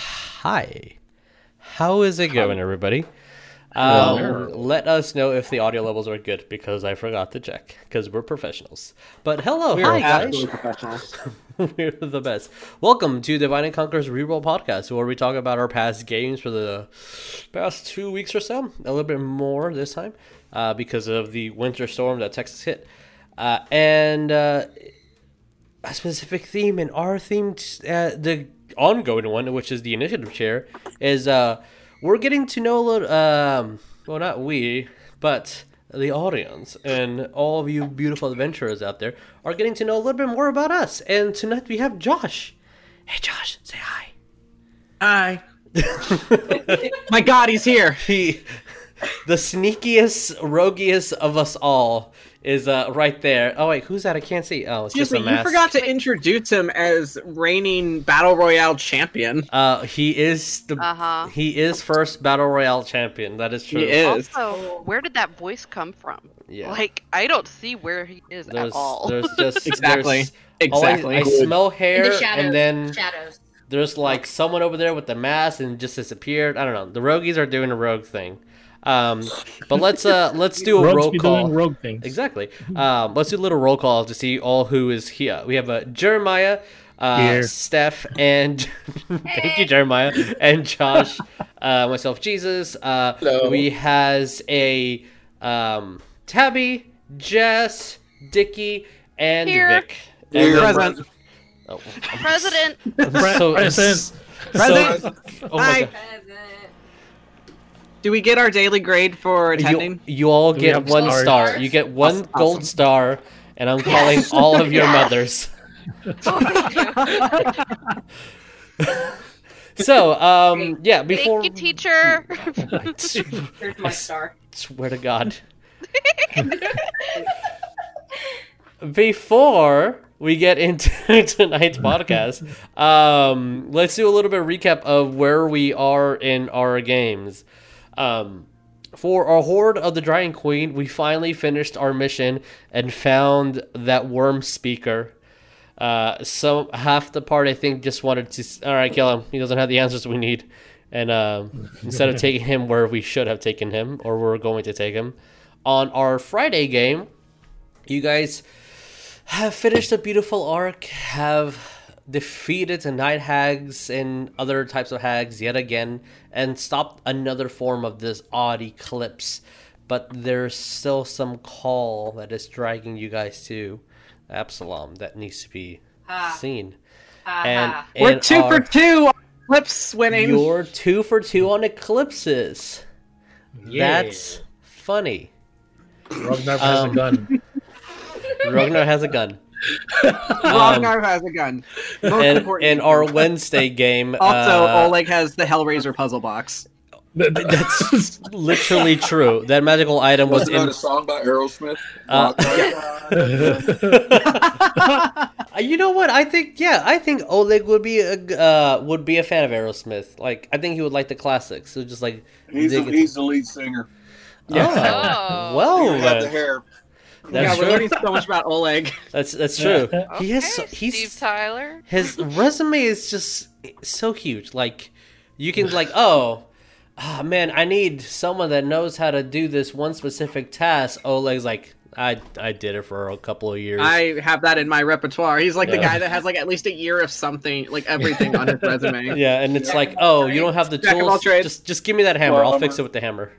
Hi. How is it going, everybody? Um, let us know if the audio levels are good because I forgot to check because we're professionals. But hello, We are hi guys. absolute professionals. we're the best. Welcome to Divine and Conquer's Reroll podcast, where we talk about our past games for the past two weeks or so. A little bit more this time uh, because of the winter storm that Texas hit, uh, and uh, a specific theme and our theme, t- uh, the ongoing one, which is the initiative chair, is uh, we're getting to know a little. Um, well, not we, but the audience and all of you beautiful adventurers out there are getting to know a little bit more about us. And tonight we have Josh. Hey, Josh, say hi. Hi. My God, he's here. He, the sneakiest, roguiest of us all, is uh, right there. Oh wait, who's that? I can't see. Oh, it's Excuse just a me, you mask. forgot to introduce him as reigning battle royale champion. Uh, he is the Uh-huh. he is first battle royale champion. That is true. He is. Also, where did that voice come from? Yeah. Like, I don't see where he is There's at all. there's just Exactly. there's- all I- Exactly. I, smell In hair, the shadows. and then shadows. there's like someone over there with the mask and just disappeared. I don't know. The rogues are doing a rogue thing. Um, but let's uh let's do a Rogues roll be call. doing rogue things. Exactly. Um, let's do a little roll call to see all who is here. We have uh, Jeremiah, uh, Here. Steph, and thank you, Jeremiah, and Josh, uh, myself, Jesus. Uh, We has a um, Tabby, Jess, Dickie, and Here. Vic. Here. And- Present. Oh, President, I'm Pre- so- present. so- Present. oh my Hi. God. Do we get our daily grade for you, attending? you all Do we get have one stars? star. You get one That's gold awesome. star, and I'm calling all of your mothers. so, um, yeah, before thank you, teacher. I s- Here's my star. swear to God, before we get into tonight's podcast, um, let's do a little bit of recap of where we are in our games. Um, for our horde of the Dragon Queen, we finally finished our mission and found that worm speaker. Uh, some half the part I think just wanted to. s- All right, kill him. He doesn't have the answers we need. And um, instead of taking him where we should have taken him, or we're going to take him, on our Friday game, you guys have finished a beautiful arc, have defeated the night hags and other types of hags yet again, and stopped another form of this odd eclipse. But there's still some call that is dragging you guys to Absalom that needs to be seen. And, We're and two for our- two. on Clips winning. you're two for two on eclipses. Yeah. That's funny. Ragnar has Um, a gun. Ragnar has a gun. Um, Ragnar has a gun. Most and, important. and our Wednesday game. also, uh, Oleg has the Hellraiser puzzle box. That's literally true. That magical item was Wasn't that in. a song by Aerosmith? Uh, Uh, you know what? I think yeah. I think Oleg would be a g- uh, would be a fan of Aerosmith. Like I think he would like the classics. So just like he's, the- dig it. he's the lead singer. oh, Oh. Oh, he had the well, hair. that's yeah, we're true. learning so much about Oleg. That's that's true. okay, He has so, he's Steve Tyler. his resume is just so huge. Like you can like, oh, ah, man, I need someone that knows how to do this one specific task. Oleg's like, I I did it for a couple of years. I have that in my repertoire. He's like the Yeah. guy that has like at least a year of something, like everything on his resume. yeah, and it's like, oh, you don't have the Jack of all tools. trades. Just just give me that hammer. I'll Plumber. fix it with the hammer.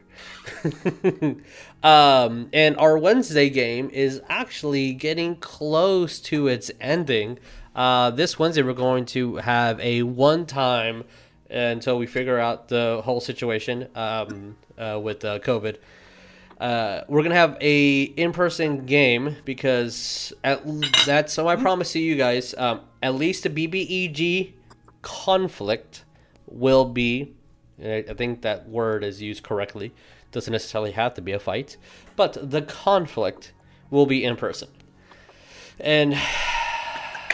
um, and our Wednesday game is actually getting close to its ending. Uh, this Wednesday we're going to have a one time until we figure out the whole situation um, uh, with uh, COVID uh, we're gonna have a in-person game because at, l- that's so I promise to you guys. Um, at least the BBEG E conflict will be. and I I think that word is used correctly. Doesn't necessarily have to be a fight, but the conflict will be in person. And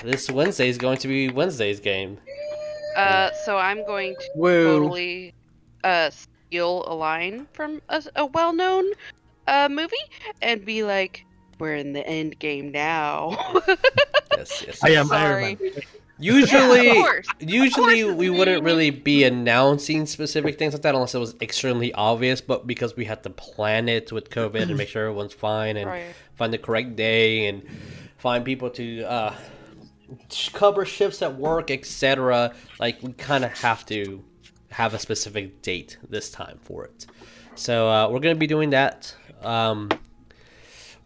this Wednesday is going to be Wednesday's game. Uh, so I'm going to Woo. totally uh, steal a line from a, a well-known uh, movie and be like, "We're in the end game now." Yes, yes. I am Sorry. Iron Man. Usually, Yeah, of course. usually course we it's me. wouldn't really be announcing specific things like that unless it was extremely obvious. But because we had to plan it with COVID and make sure everyone's fine and Right. find the correct day and find people to uh, sh- cover shifts at work, etc. Like we kind of have to have a specific date this time for it. So uh, we're gonna be doing that. Um,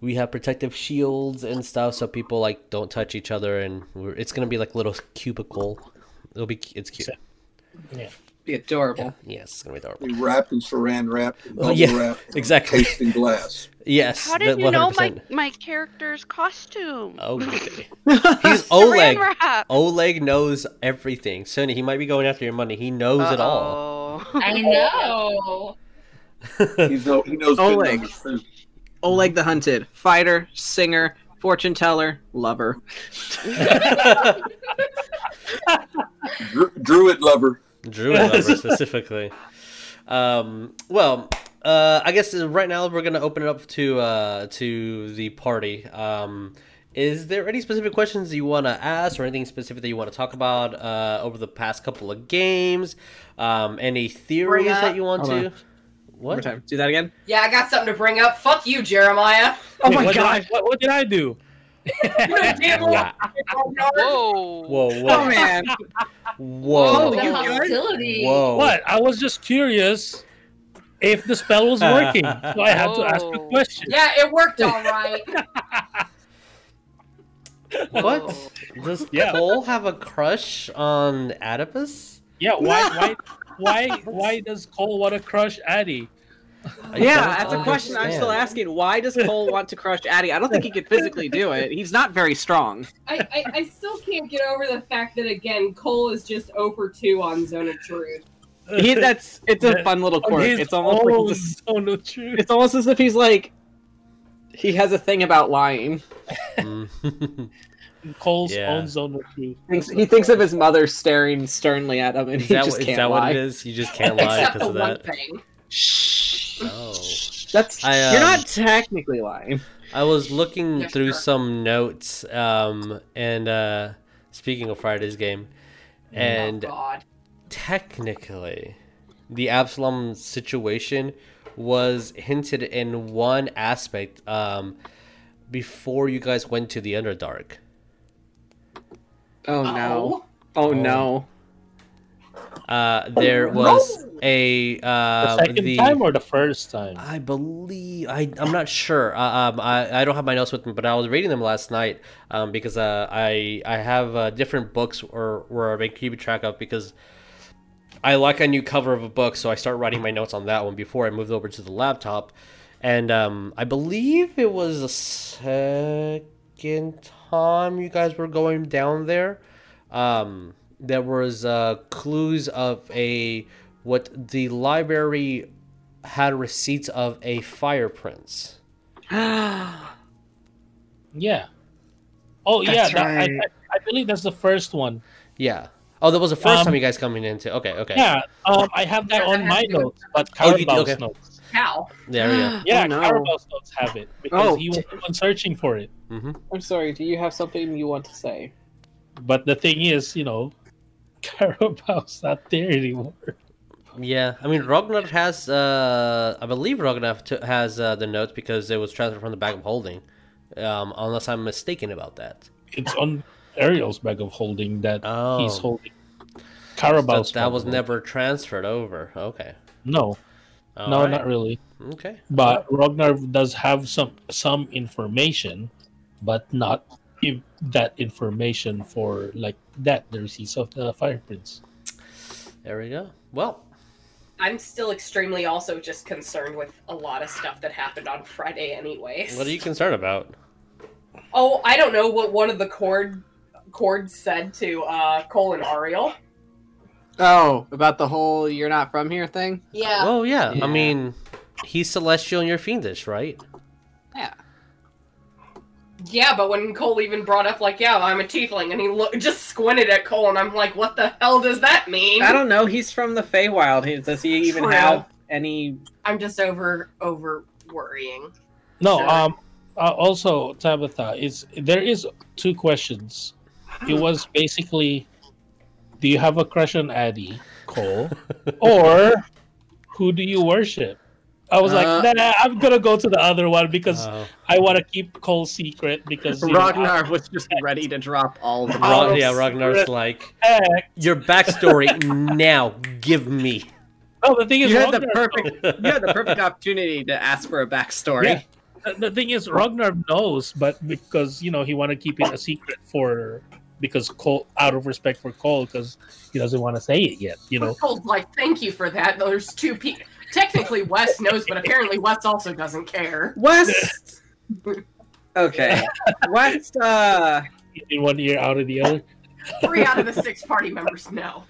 we have protective shields and stuff, so people like don't touch each other, and we're, it's gonna be like little cubicle. It'll be cu- it's cute. Be adorable. Yes, it's gonna be adorable. We wrapped in saran wrap, and Oh, bubble yeah, wrap, and exactly. cased in glass. Yes, How that did you know my 100%. my character's costume? Oh, okay. he's Oleg. Saran wrap. Oleg knows everything. Sonny, he might be going after your money. He knows it all. Uh-oh. I know. He's no, he knows good Oleg. numbers too. Oleg the Hunted, fighter, singer, fortune teller, lover. Dru- Druid lover. Druid lover specifically. Um, well, uh, I guess right now we're gonna open it up to uh, to the party. Um, is there any specific questions you want to ask, or anything specific that you want to talk about uh, over the past couple of games? Um, any theories Bring that you want Hold to? on. One more What? time. Do that again. Yeah, I got something to bring up. Fuck you, Jeremiah. Oh my what God. Did I, what, what did I do? You know, damn well, Whoa. Whoa! Oh Whoa! man. Whoa! Oh, the you hostility. Whoa! What? I was just curious if the spell was working, so I had to ask a Oh. question. Yeah, it worked all right. What? Does Yeah. Cole have a crush on Oedipus? Yeah, why, why, why, why does Cole want to crush Addy? I yeah, don't that's a question I'm still understand. asking. Why does Cole want to crush Addy? I don't think he could physically do it. He's not very strong. I, I, I still can't get over the fact that again Cole is just over two on Zone of Truth. He, that's it's a fun little quirk. His It's almost like own he's a- zone of truth. it's almost as if he's like he has a thing about lying. Mm. Cole's Yeah. own zone of truth. Thinks- He thinks of his mother staring sternly at him, and is he that, just what- is can't that what lie. it is? You just can't lie Except because the of one that. thing. Shh. Oh. That's I, um, you're not technically lying. I was looking Yeah, through sure. some notes, um, and uh, speaking of Friday's game, and oh, God. technically, the Absalom situation was hinted in one aspect um, before you guys went to the Underdark. Oh no. Oh no. Uh, there was a The um, second time or the first time? I believe I I'm not sure. Uh, um, I I don't have my notes with me, but I was reading them last night. Um, because uh, I I have uh, different books or where I've been keeping track of because I like a new cover of a book, so I start writing my notes on that one before I moved over to the laptop, and um, I believe it was the second time you guys were going down there. Um, there was uh, clues of a what the library had receipts of a fire prince. Oh. Yeah. Oh yeah, That's that, I- right. I, I believe that's the first one. Yeah. Oh, that was the first Um, time you guys coming into. Okay, okay. Yeah, um, I have that Does it on have my to do with- notes, but Oh, you Carabal's do, okay. notes. How? There we go. Yeah, Oh, no. Carabal's notes have it because Oh, he was the one searching for it. I'm sorry. Do you have something you want to say? But the thing is, you know, Carabal's not there anymore. Yeah. I mean, Ragnar has. Uh, I believe Ragnar t- has uh, the notes because it was transferred from the bag of holding. Um, unless I'm mistaken about that. It's on Ariel's bag of holding that Oh. he's holding. So Carabal's that was bag of never transferred over. Okay. holding. no, All no, right. not really. Okay. But Ragnar does have some some information, but not if that information for like that the receipts of the fire prince. There we go. Well, I'm still extremely also just concerned with a lot of stuff that happened on Friday anyways. what are you concerned about? Oh, I don't know what one of the cord cords said to uh Cole and Ariel. Oh, about the whole "you're not from here" thing. Uh, Yeah. Oh yeah. Yeah. I mean, he's celestial and you're fiendish, right? Yeah, but when Cole even brought up like, yeah, I'm a tiefling and he look just squinted at Cole and I'm like, what the hell does that mean? I don't know. He's from the Feywild. He- Does he even True. have any? I'm just over over worrying. No, Sure. um, uh, Hmm. also Tabitha is there is two questions. It was basically do you have a crush on Addy Cole, or who do you worship? I was Uh. like, nah, I'm gonna go to the other one because Oh. I want to keep Cole secret because you know, Ragnar was just ready to drop all the Ra- Ra- Oh, yeah, Ragnar's shit. like I- heck. your backstory now. Give me. No, the thing is, You had the Ragnar- perfect you had the perfect opportunity to ask for a backstory. Yeah. The- the thing is, Ragnar knows, but because you know he want to keep it a secret for because Cole, out of respect for Cole, because he doesn't want to say it yet. You know, We're told, like, thank you for that. There's two people. Technically, Wes knows, but apparently, Wes also doesn't care. West. okay. West. Uh, in one ear, out of the other. Three out of the six party members know.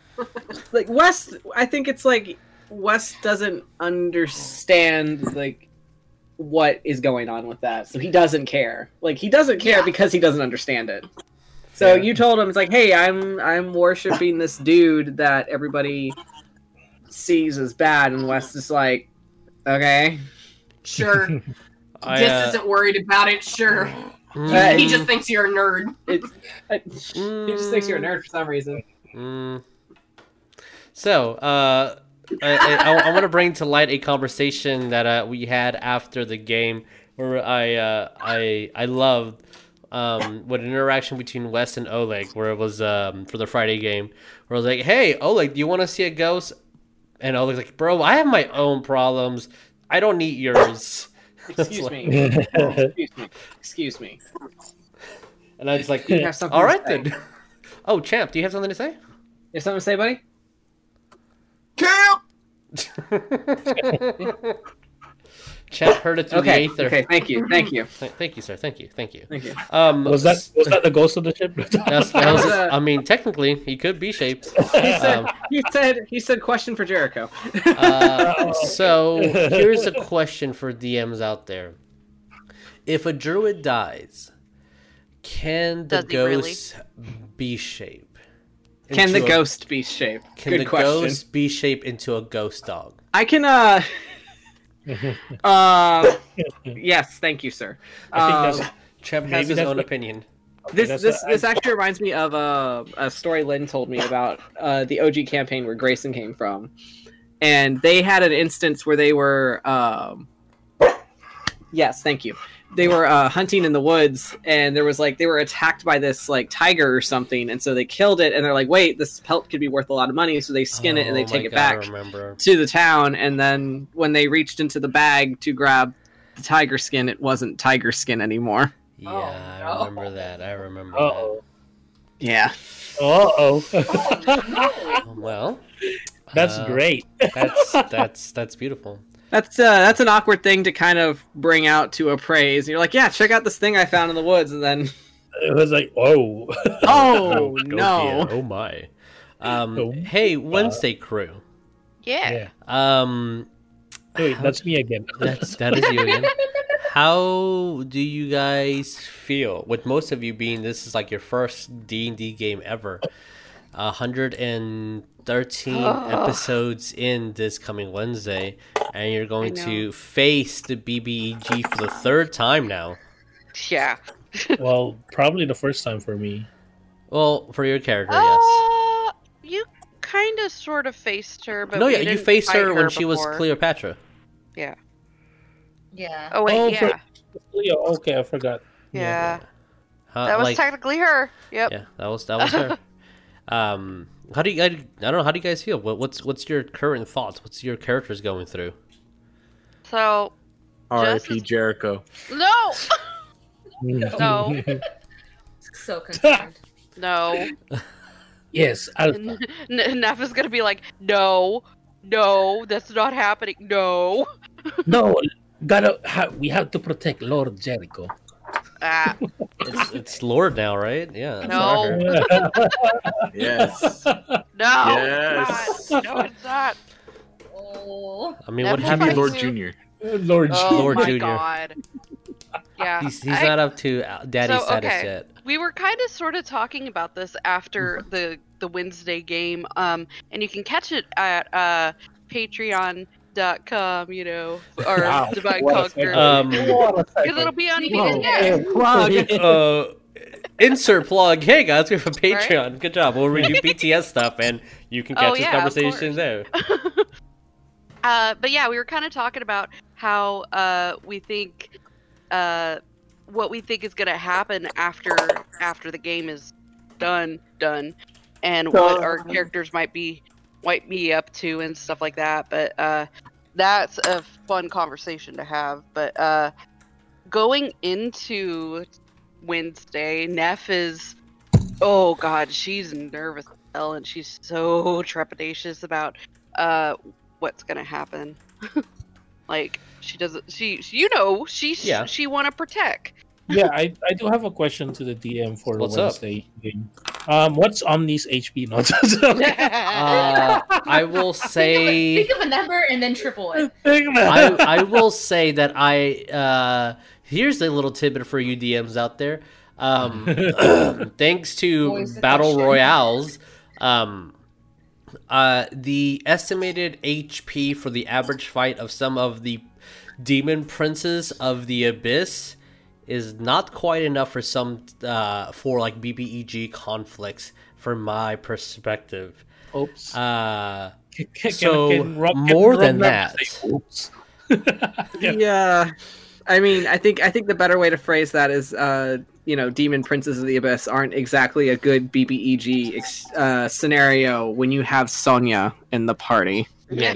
like West. I think it's like West doesn't understand like what is going on with that, so he doesn't care. Like he doesn't care Yeah. because he doesn't understand it. So Yeah. you told him it's like, hey, I'm I'm worshiping this dude that everybody sees as bad, and West is like, okay, Sure. I, Just uh, isn't worried about it. Sure. mm, he just thinks you're a nerd. mm, he just thinks you're a nerd for some reason. Mm. So, uh, I, I, I want to bring to light a conversation that uh, we had after the game, where I uh, I I loved um, what an interaction between Wes and Oleg, where it was um, for the Friday game, where I was like, "Hey, Oleg, do you want to see a ghost?" And Oleg's like, "Bro, I have my own problems. I don't need yours." It's Excuse like- me. Excuse me. Excuse me. And I was like, You have something. "All to right say. then." Oh, champ, do you have something to say? You have something to say, buddy? Camp! Chat heard it through Okay. the aether. Okay. Thank you. Thank you. Th- thank you, sir. Thank you. Thank you. Thank you. Um, Was that was that the ghost of the ship? That's, that was, That was a- I mean, technically, he could be shaped. He said. Um, he said. He said. Question for Jericho. uh, so here's a question for DMs out there: If a druid dies, can the Does he really? ghost be shaped? Can the into a- ghost be shaped? Can Good the question. ghost be shaped into a ghost dog? I can. Uh. uh. Yes. Thank you, sir. I think Um, that's Champ Maybe has his that's own what- opinion. this that's this a- this actually reminds me of a, a story Lynn told me about uh, the OG campaign where Grayson came from, and they had an instance where they were um, yes, thank you. They were uh, hunting in the woods, and there was like they were attacked by this like tiger or something, and so they killed it, and they're like, wait, this pelt could be worth a lot of money, so they skin it and they Oh take my it God, back I remember. to the town, and then when they reached into the bag to grab the tiger skin, it wasn't tiger skin anymore. Yeah, Oh, I no. remember that. I remember Uh-oh. Yeah. Uh that. oh. Well, That's uh, great. That's that's that's beautiful. That's uh, that's an awkward thing to kind of bring out to appraise. You're like, yeah, check out this thing I found in the woods, and then It was like, oh, oh Oh, no, dear. Oh my. Um, Oh, hey, Wednesday crew. Yeah. yeah. Um, Wait, that's me again. that's that is you again. How do you guys feel? With most of you being this is like your first D and D game ever, a hundred and thirteen Ugh. episodes in this coming Wednesday, and you're going know. to face the BBEG for the third time now. Yeah. well, probably the first time for me. Well, for your character, yes. Uh, you kind of sort of faced her, but No, we yeah, you didn't faced fight her when she was before. Cleopatra. Yeah. Oh wait, Oh, yeah, for- Leo, okay, I forgot. yeah, Huh, that was Uh, like- technically her. Yep. Yeah, that was that was her. um, how do you? I, I don't know. How do you guys feel? What, what's what's your current thoughts? What's your characters going through? So R.I.P. Justice- Jericho. no, No. So concerned. no, yes, Alpha. N- Nefa's gonna be like, no, no, that's not happening. No. No, gotta. Ha- we have to protect Lord Jericho. Ah, It's it's Lord now, right? Yeah. that's No. her. Yes. no, Yes. it's not. no, it's not. oh. I mean, That what was Give me happened? Lord Jr. Lord. Oh Lord my Junior. god. Yeah, He's, he's I- not up to daddy So, status okay. yet. we were kind of sort of talking about this after the the Wednesday game, um, and you can catch it at uh, Patreon.com, you know, or Wow, Divine what a Conquer, segue. Um, What a because it'll segue. be on Whoa. BNN. Plug. uh, insert plug. Hey guys, we have a Right? Patreon. Good job. We'll redo BTS stuff, and you can Oh, catch this yeah, of conversation there. uh, but yeah, we were kind of talking about how uh, we think uh, what we think is going to happen after after the game is done, done, and what our characters might be might be up to and stuff like that. But uh, that's a fun conversation to have. But uh, going into Wednesday, Neff is oh god, she's nervous as hell, and she's so trepidatious about uh what's gonna happen. like she doesn't. She, she you know she Yeah. she want to protect. yeah, I, I do have a question to the DM for What's up? Wednesday game. Um, what's Omni's HP? No, just- okay. Uh, I will say. Think of a number and then triple it. I, I will say that I uh, here's a little tidbit for you DMs out there. Um, thanks to Always the battle question. royales, um, uh, the estimated HP for the average fight of some of the demon princes of the abyss is not quite enough for some uh, for like BBEG conflicts from my perspective. Oops. Uh, Can- can- so, Rob- more Rob than not that. say oops? Yeah. I mean, I think I think the better way to phrase that is, uh, you know, demon princes of the abyss aren't exactly a good BBEG ex- uh, scenario when you have Sonya in the party. Look.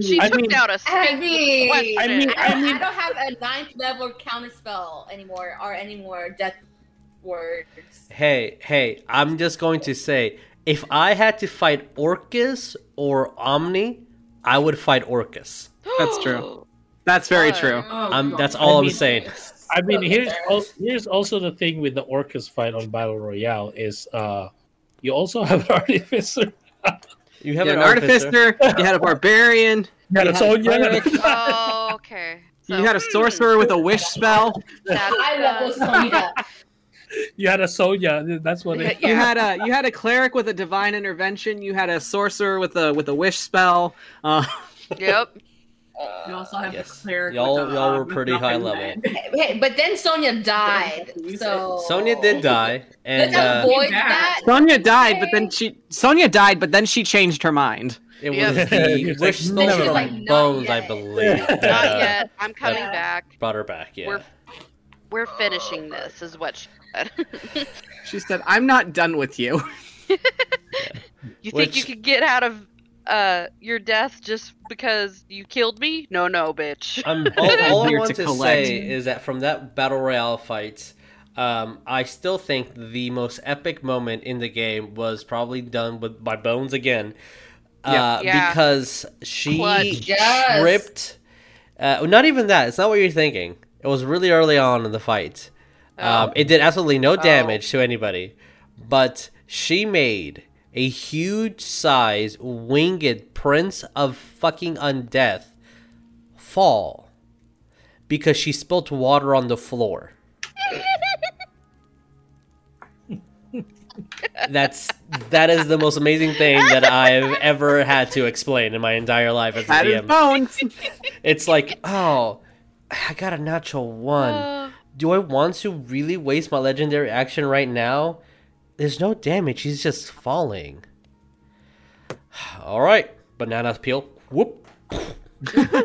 she I took mean- out a I mean, question. I mean- I don't, I don't have a ninth level counter spell anymore or any more death words. Hey, hey, I'm just going to say if I had to fight Orcus or Omni, I would fight Orcus. That's true. That's very Fun. true. Oh, Um, God. that's all I I'm mean- saying. I mean, here's al- here's also the thing with the Orcus fight on Battle Royale is uh, you also have an artificer. You You have had an an artificer. artificer. you had a barbarian. Yeah, that's all you cleric, Oh, okay. So, You had a hmm, sorcerer with a wish spell. that's, I level uh, Sonya. You had a Sonya. That's what. It, You Yeah. had a you had a cleric with a divine intervention. You had a sorcerer with a with a wish spell. Uh, Yep. You also have Yes. the cleric. Y'all- with the, y'all uh, were with pretty nothing high level. that- Hey, but then Sonya died. So Sonya did die, and Let's uh, avoid Yeah. that. Sonya died, but then she Sonya died, but then she changed her mind. it Yeah. was the It's like, wish spell never from mind. Like, not Bones, I yet. believe. Not that, uh, Not yet. I'm coming Yeah. back. Brought her back. Yeah. We're we're finishing this, is what she said. She said, "I'm not done with you." you think you Which- could get out of uh your death just because you killed me? No, no, bitch. I'm, all, all I Here want to to, collect. say is that from that battle royale fight, um, I still think the most epic moment in the game was probably done with by Bones again, uh, Yeah. Yeah. because she Clutch. Yes. tripped. Uh, well, not even that. It's not what you're thinking. It was really early on in the fight. Um, it did absolutely Oh. no damage to anybody, but she made a huge size winged prince of fucking undeath fall because she spilt water on the floor. That's that is the most amazing thing that I've ever had to explain in my entire life as a That is DM. bones. It's like, oh, I got a natural one. Uh, Do I want to really waste my legendary action right now? There's no damage. He's just falling. All right, bananas peel. Whoop. I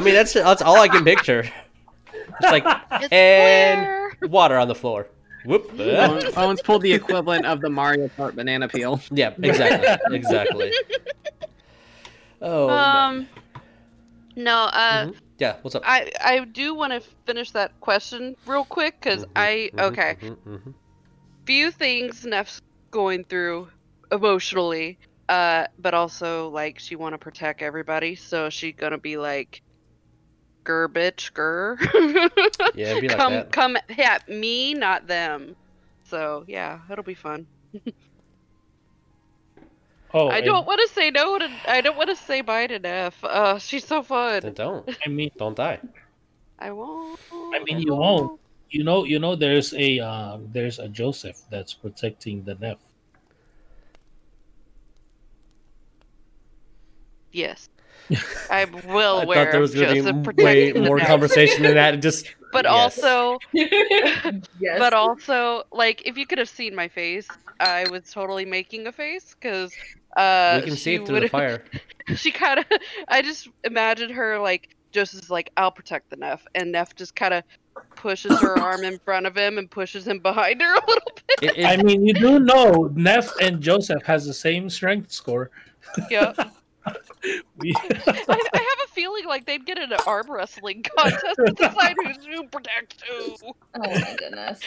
mean, that's that's all I can picture. It's like it's And- clear. water on the floor. Whoop. Bones, Bones pulled the equivalent of the Mario Kart banana peel. Yeah, exactly, exactly. Oh, man. um no, uh Mhm. yeah. What's up? I I do want to finish that question real quick because Mhm, I mhm, okay mhm, mhm. few things Neff's going through emotionally, uh, but also like she want to protect everybody, so she gonna be like, "Gur bitch, gur, Yeah, it'd be like come that. come at me, not them." So yeah, it'll be fun. oh, I and- don't want to say no to I don't want to say bye to Neff. Uh, she's so fun. Then don't. I mean, Don't die. I won't. I mean, you won't. you know, you know, there's a uh, there's a Joseph that's protecting the Neph. Yes. I will I wear thought there was going just to a be way protection more now. conversation than that. It Just But Yes. also, Yes. Oh but also, like if you could have seen my face, I was totally making a face because uh, we can see she it through the would've- fire. she kind of i just imagined her like just is like i'll protect the neff and neff just kind of pushes her arm in front of him and pushes him behind her a little It, it, I mean, you do know Neff and Joseph has the same strength score. bit yeah We- I, I have a feeling like they'd get in an arm wrestling contest to decide who's who protects who Oh my goodness.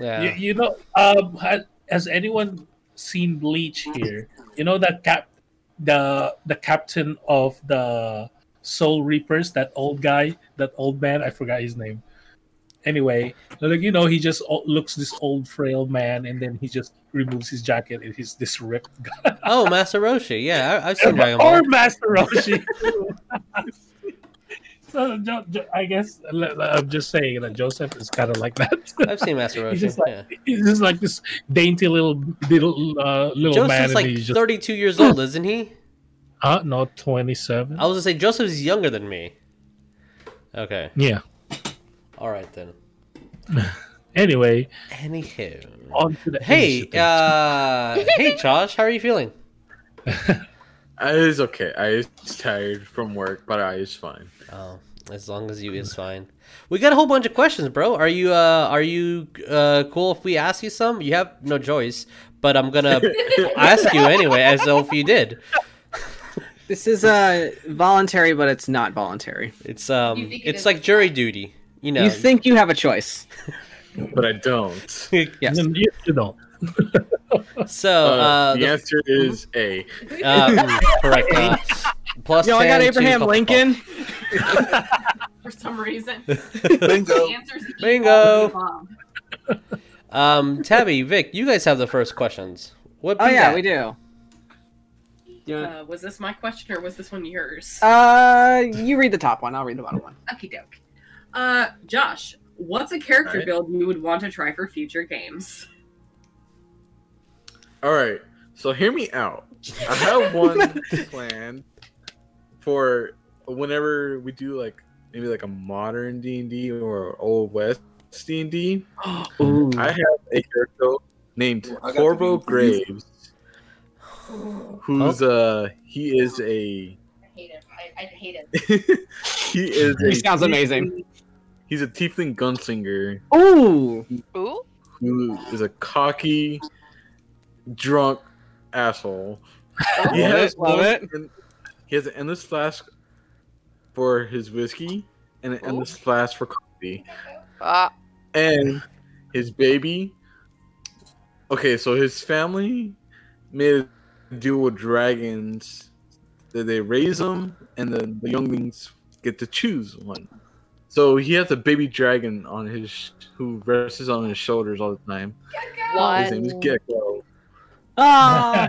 yeah. you, you know, um, ha- has anyone seen Bleach here? You know that cap, the the captain of the Soul Reapers, that old guy, that old man. I forgot his name. Anyway, like you know, he just o- looks this old frail man, and then he just removes his jacket, and he's this ripped guy. oh, Masaroshi. Yeah, I, I've seen Dragon Ball. or Master Roshi. so Jo- Jo- I guess l- l- I'm just saying that Joseph is kind of like that. I've seen Masaroshi. He's just yeah. He's just like this dainty little little uh, little man, Joseph's and like he's just 32 years old, isn't he? uh, no twenty seven. I was gonna say Joseph's younger than me. Okay, Yeah. all right then. Anyway, Anywho, on to the hey, initiative. uh, hey, Josh, how are you feeling? It's okay. I was tired from work, but I was fine. Oh, as long as you is fine. We got a whole bunch of questions, bro. Are you uh, are you uh, cool if we ask you some? You have no choice, but I'm gonna ask you anyway, as if you did. This is uh, voluntary, but it's not voluntary. It's um, think it it's is- like jury duty. You know, You think you have a choice. but I don't. Yes. And you, you know, so. Oh, Uh, Uh, the, the- answer is A. uh, correct. Uh, plus Yo, I got 10 to Abraham Hufflepuff. Lincoln. For some reason, Bingo. the answer's eat Bingo. all of the above. Um, Tabby, Vic, you guys have the first questions. What? Oh be yeah, that? we do. You wanna- Uh, was this my question or was this one yours? Uh, you read the top one. I'll read the bottom one. Okie doke. Uh, Josh, what's a character Alright. build you would want to try for future games? All right. So hear me out. I have one planned for whenever we do like maybe like a modern D and D or old west D and D. Ooh. I have a character named I got the Corvo D&D for you. Graves, who's Oh. uh he is a I hate it. I, I hate it. he is a He sounds amazing. He's a tiefling gunslinger Ooh. ooh who is a cocky, drunk asshole. He Love has it, love one- it. and He has an endless flask for his whiskey and an Ooh. endless flask for coffee. ah And his baby. Okay, so his family made a deal with dragons that they raise them, and then the younglings get to choose one. So he has a baby dragon on his who rests on his shoulders all the time. His What? name is Gecko. Ah.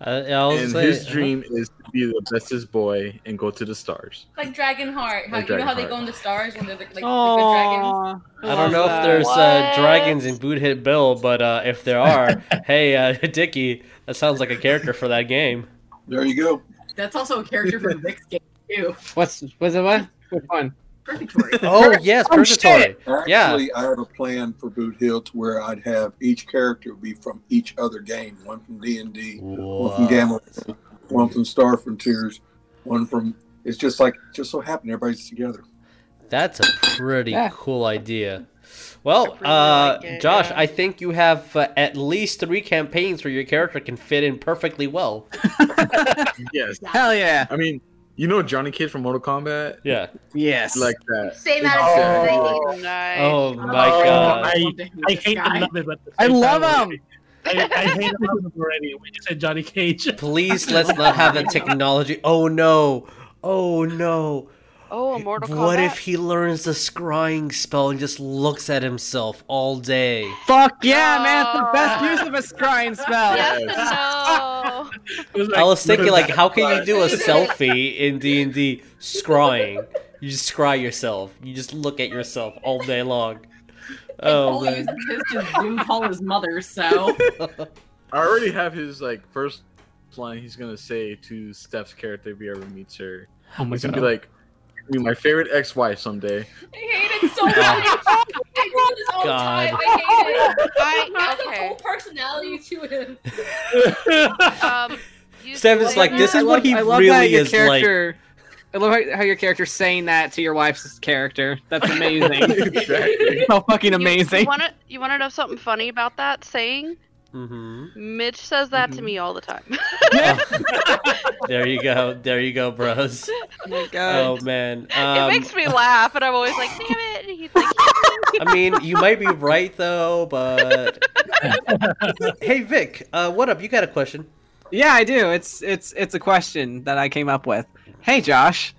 I, Uh, I'll and say, his dream is to be the bestest boy and go to the stars. Like Dragonheart. How, Like you know how they Dragonheart. go in the stars when they're like, like the Aw. I don't know if Love there's uh, What? dragons in Boot Hit Bill, but uh, if there are, hey, uh, Dicky, that sounds like a character for that game. There you go. That's also a character from Vic's game too. What's was it what? Which one? Purgatory. Oh yes, Oh, Purgatory. Yeah. Actually, I have a plan for Boot Hill to where I'd have each character be from each other game. One from D and D, one from Whoa. Gamma, one from Star Frontiers, one from. It's just like just so happened everybody's together. That's a pretty Yeah. cool idea. Well, pretty uh, like it, Josh, yeah. I think you have uh, at least three campaigns where your character can fit in perfectly well. Yes. Hell yeah. I mean, you know Johnny Kid from Mortal Kombat? Yeah. Yes. Like that. Same Exactly. attitude. nice Oh my Oh, god. I- want to hate I this hate guy. him. Love it, but I love him. I, I hate him love him already. We just said Johnny Cage. Please let's not have that technology. Oh no. Oh no. oh immortal What Kombat? if he learns the scrying spell and just looks at himself all day? Fuck yeah, man. It's the best No. use of a scrying spell. yes Yes. and no It was I was thinking, like, how can you Right. do a selfie in D and D scrying? You just scry yourself. You just look at yourself all day long. Oh Cole man. uses his to zoom call his mother, so I already have his like first line he's gonna say to Steph's character if he ever meets her. Oh my He's gonna god. be like, "You'll "Be my favorite ex-wife someday." I hate it so much. I wrote this all the time. I hate it. I, That's a okay. whole personality to him. Um, you Steven's like, this is I what love- he I love really how your is like. character- I love how, how your character's saying that to your wife's character. That's amazing. exactly. so fucking You, amazing. want to you want to know something funny about that saying? hmm Mitch says that Mm-hmm. to me all the time. There you go. There you go, bros. Oh my Oh man. it Um, makes me laugh, and I'm always like, damn it. And he's like, I mean, you might be right though, but hey, Vic, uh, what up? You got a question? Yeah, I do. It's it's it's a question that I came up with. Hey, Josh.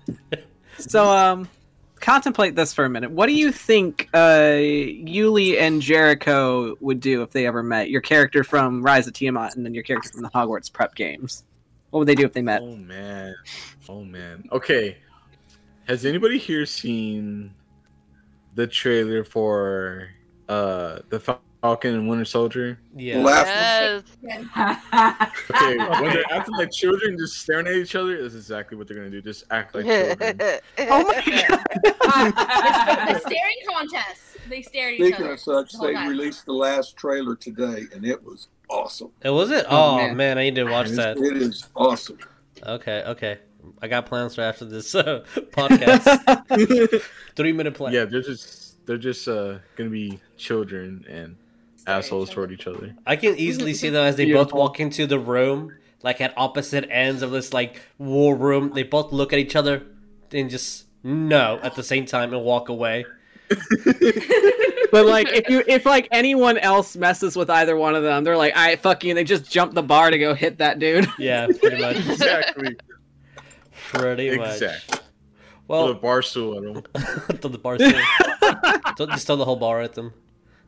so, um, contemplate this for a minute. What do you think uh, Yuli and Jericho would do if they ever met? Your character from Rise of Tiamat, and then your character from the Hogwarts Prep games. What would they do if they met? Oh man. Oh man. Okay. Has anybody here seen the trailer for uh the Falcon and Winter Soldier? Yeah. Laugh. yes. Okay, when they're acting like children, just staring at each other, is exactly what they're gonna do. Just act like children. Oh my god! the staring contest. They stare at each Speaking other. of such, Hold they on. released the last trailer today, and it was awesome. Uh, Was it? Oh, Oh, man. man. I need to watch It's- that. It is awesome. Okay, okay. I got plans for after this uh, podcast. Three minute plan. Yeah, they're just they're just uh gonna be children and assholes toward each other. I can easily see them as they both Beautiful. walk into the room, like at opposite ends of this like war room. They both look at each other and just no at the same time and walk away. But like, if you if like anyone else messes with either one of them, they're like, "All right, fuck you," and they just jump the bar to go hit that dude. Yeah, pretty much. Exactly. Pretty much. exactly. the Well, barstool at them. throw the bar. too. Throw- just throw the whole bar at them.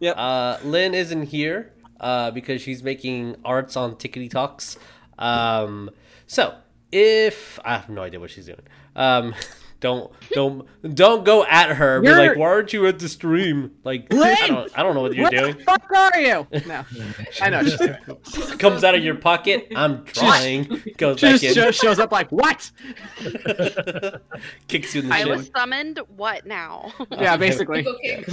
Yep. Uh, Lynn isn't here uh, because she's making arts on Tickety Talks. Um, so if I have no idea what she's doing, um, don't don't don't go at her. Be You're- like, why aren't you at the stream? Like, I Lynn! don't I don't know what you're what doing. the fuck are you? No, I know. She's doing. Comes out of your pocket. I'm trying. Goes She back just in. sho- shows up like, "What?" Kicks you in the I shin. was summoned. What now? Yeah, basically. Okay.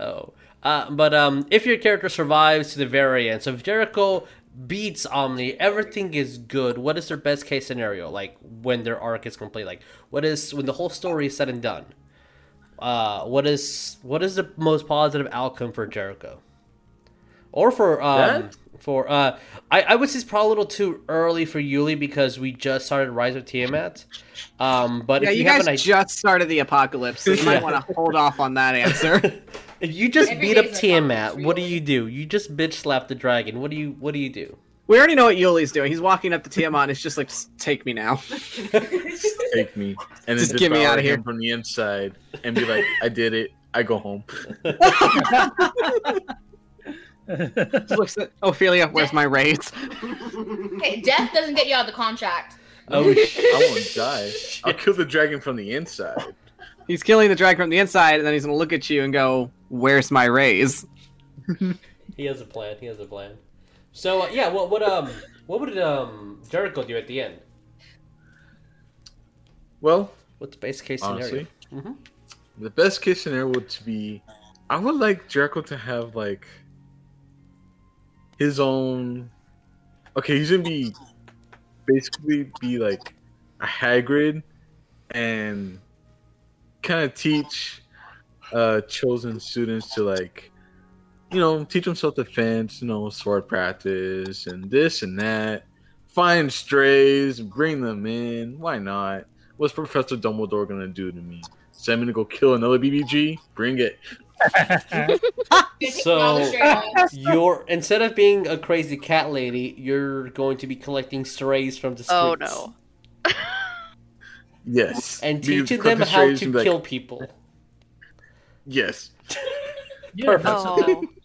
Oh. Uh, but um, if your character survives to the very end, so if Jericho beats Omni, everything is good. What is their best case scenario? Like when their arc is complete. Like what is when the whole story is said and done. Uh, what is what is the most positive outcome for Jericho, or for um, That? for uh, I I would say it's probably a little too early for Yuli because we just started Rise of Tiamat. Um, but Yeah, if you, you have guys an idea, just started the apocalypse. So you might want to hold off on that answer. If you just Every beat day up is an Tiamat, accomplishment what do for you. you do? You just bitch slap the dragon. What do you what do you do? we already know what Yuli's doing. He's walking up to Tiamat and it's just like, "Just take me now. Take me and then Just get me devour outta here. him from the inside and be like, I did it. I go home. Just looks at "Oh, Ophelia, where's my rates? okay, death doesn't get you out of the contract. Oh shit. I won't die. I'll kill the dragon from the inside. He's killing the dragon from the inside, and then he's going to look at you and go, where's my raise? He has a plan. He has a plan. So uh, yeah, what what um what would um Jericho do at the end? Well, What's the base case scenario? honestly, Mhm. the best case scenario would be I would like Jericho to have like his own. Okay, he's gonna be basically be like a Hagrid and kind of teach uh chosen students to like you know teach them self defense, you know sword practice and this and that. Find strays, bring them in. Why not? What's Professor Dumbledore gonna do to me? So I'm gonna go kill another BBG. Bring it. They take So- you out of the straight line. You're instead of being a crazy cat lady, you're going to be collecting strays from the streets oh no. Yes. and Be- teaching cut them the how strays to and be like, kill people. Yes. yeah, that's, Oh.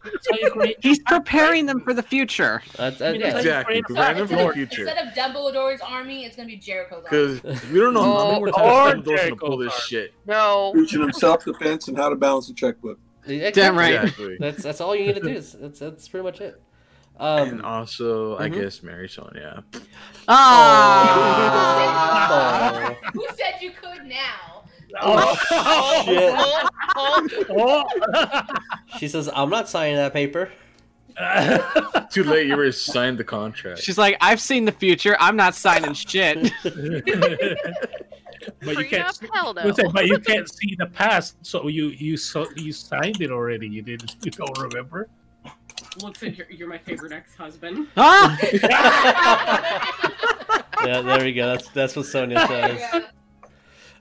that's how you create. He's preparing them for the future. That's, that's, Yeah. that's- Exactly. afraid of Prevent them from the Lord. future. Instead of Dumbledore's army, it's gonna be Jericho's army. Because we don't know how many Oh, more Or times Dumbledore's gonna Jericho pull this Park. shit. No. Teaching him self-defense and how to balance a checkbook. exactly. Damn right. Exactly. That's that's all you need to do. Is, that's that's pretty much it. and Um, also, I mhm. guess marry Sonia. Aw. Who said you could now? Oh, shit. Oh, oh, oh. she says, "I'm not signing that paper." Too late. You already signed the contract. She's like, I've seen the future. I'm not signing shit. but you can't. prenup? Hell no. Listen, but you can't see the past, so you you so you signed it already. You didn't. You don't remember. Looks at her, you're my favorite ex-husband. Ah! Yeah, there we go. That's that's what Sonia says. Yeah.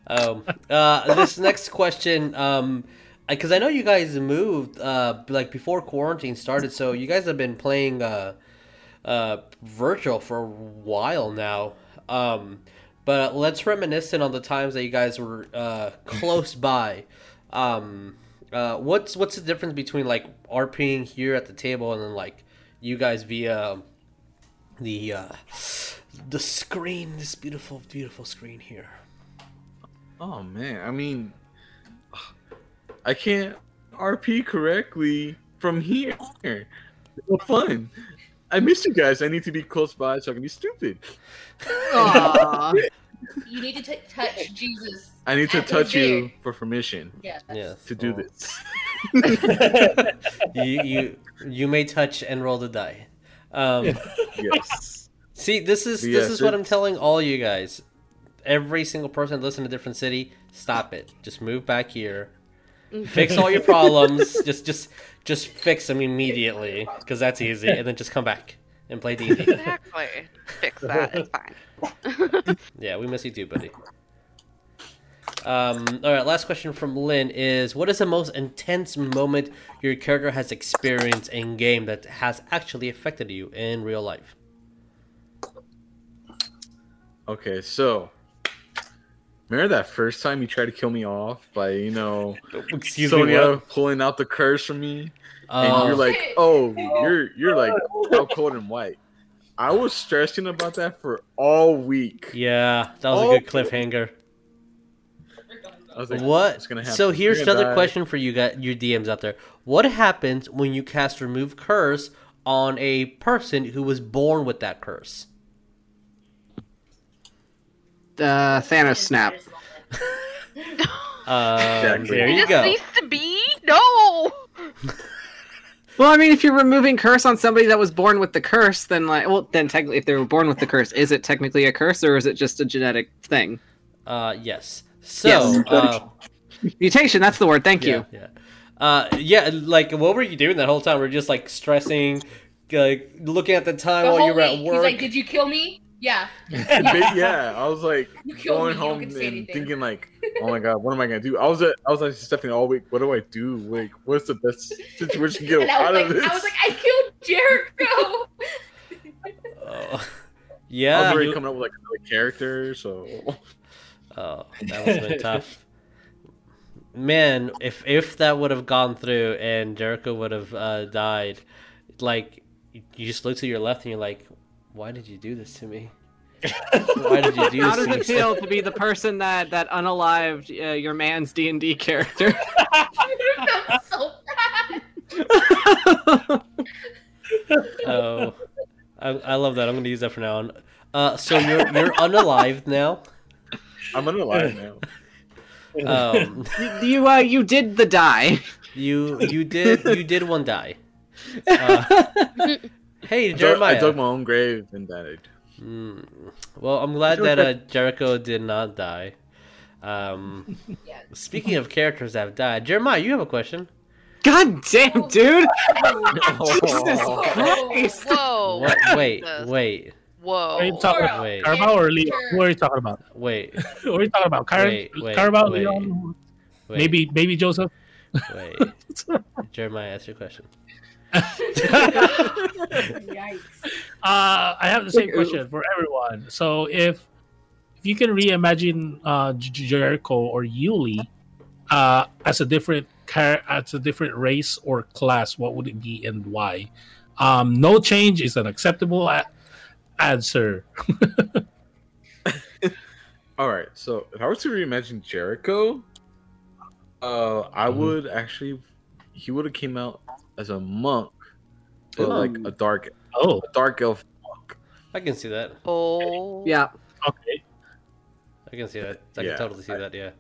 Um, uh, this next question, um, because I know you guys moved uh, like before quarantine started, so you guys have been playing uh, uh, virtual for a while now. Um, but let's reminisce on the times that you guys were uh, close by. Um, uh, what's what's the difference between like RPing here at the table and then like you guys via the uh, the screen, this beautiful, beautiful screen here. Oh man, I mean, I can't RP correctly from here. No fun. I miss you guys. I need to be close by so I can be stupid. Aw. You need to t- touch Jesus. I need to After touch you beer. for permission Yeah. Yes. to do Oh. this. Uh, you you you may touch and roll the die. Um, Yes. see, this is this Yes, is what I'm it's- telling all you guys. Every single person that lives in a different city, stop it. Just move back here. Fix all your problems. just just just fix them immediately because that's easy, and then just come back and play D. exactly. Fix that. It's fine. Yeah, we miss you too, buddy. Um, all right, last question from Lynn is: What is the most intense moment your character has experienced in game that has actually affected you in real life? Okay, so remember that first time you tried to kill me off by you know Excuse Sonia me. what? pulling out the curse from me, Oh, and you're like, oh, you're you're like out cold and white. I was stressing about that for all week. yeah, that was a good cliffhanger. I was Oh. like, What? It's gonna happen. So here's You're another gonna die. question for you guys, your DMs out there: What happens when you cast remove curse on a person who was born with that curse? Uh, Thanos snap. Um, Exactly. there you This go. needs to be no. Well, I mean, if you're removing curse on somebody that was born with the curse, then like, well, then technically, if they were born with the curse, is it technically a curse or is it just a genetic thing? Uh, yes. So. Yes. Uh, Mutation. That's the word. Thank you. Yeah. yeah. Uh, yeah, like what were you doing that whole time? We're just like stressing, like looking at the time The while you whole were at week, he's work. like, "Did you kill me?" Yeah. Ba- yeah, I was like You killed me, going you don't home get and to say anything. thinking like, oh my god, what am I gonna do? I was at, I was like Stephanie all week. What do I do? Like, what's the best situation to get And I out was, of like, this? I was like, "I killed Jericho." Oh. I was yeah. already coming up with like another character, so Oh, that was been tough. Man, if if that would have gone through and Jericho would have uh, died, like you just look to your left and you're like, why did you do this to me? Why did you do How this does to me? it feel to be the person that that unalived uh, your man's D and D character? I'm so bad. Oh, I, I love that. I'm gonna use that from now on. Uh, so you're you're unalived now. I'm gonna lie now. Um, you uh, you did the die. you you did you did one die. Uh, hey I dug, I Jeremiah. dug my own grave and died. Mm. Well, I'm glad that uh, Jericho did not die. Um, Yeah. speaking of characters that have died, Jeremiah, you have a question. God damn, dude. Jesus Oh. Christ. Whoa. What? Wait, Jesus. wait, Are you Whoa. talking about wait, Carabao or Leon? Sure. What are you talking about? wait, What are you talking about? Car- Wait, wait, Carabao, wait. Leon, wait. maybe maybe Joseph. Wait, Jeremiah, ask your question. Uh, I have the same question for everyone. So if if you can reimagine uh, J- J- Jericho or Yuli uh, as a different car- as a different race or class, what would it be and why? Um, no change is an acceptable a- answer. All right, so if I were to reimagine Jericho, uh, I Mhm. would actually he would have came out as a monk, but like a dark Oh, A dark elf. I can see that. Oh. Yeah. okay. I can see that. I Yeah. can totally see that. Yeah.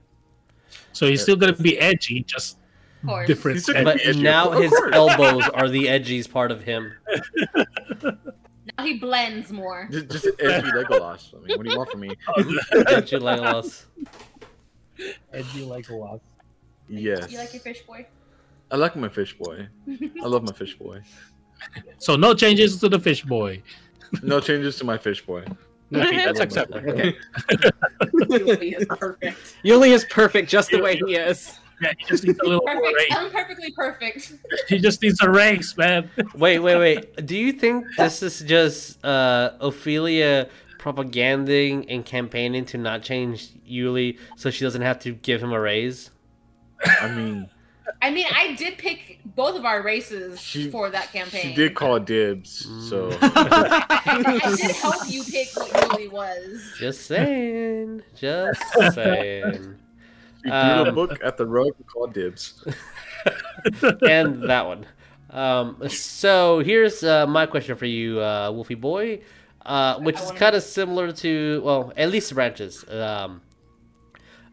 So he's still gonna be edgy, just Of course. different. He's still gonna edgy. But be edgy, now of his course. elbows are the edgiest part of him. Now he blends more. Just, just edgy Legolas. I mean, what do you want from me? Don't you, Legolas? edgy like a lot. Yes. You like your fish boy? I like my fish boy. I love my fish boy. So no changes to the fish boy. No changes to my fish boy. That's I love my acceptable. fish boy. Okay. Julie is perfect. Yuli is perfect just the way he is. Yeah, he just needs a little more Perfect. race. I'm perfectly perfect. He just needs a race, man. Wait, wait, wait. Do you think this is just uh, Ophelia propaganding and campaigning to not change Yuli so she doesn't have to give him a raise? I mean, I mean, I did pick both of our races She- for that campaign. she did call dibs, so I, I did help you pick what Yuli was. Just saying. Just saying. she Um, threw the book at the rug and called dibs. and that one. Um, so here's uh, my question for you, uh, Wolfie Boy, uh, which I is wanna- kind of similar to well, at least the branches. Um,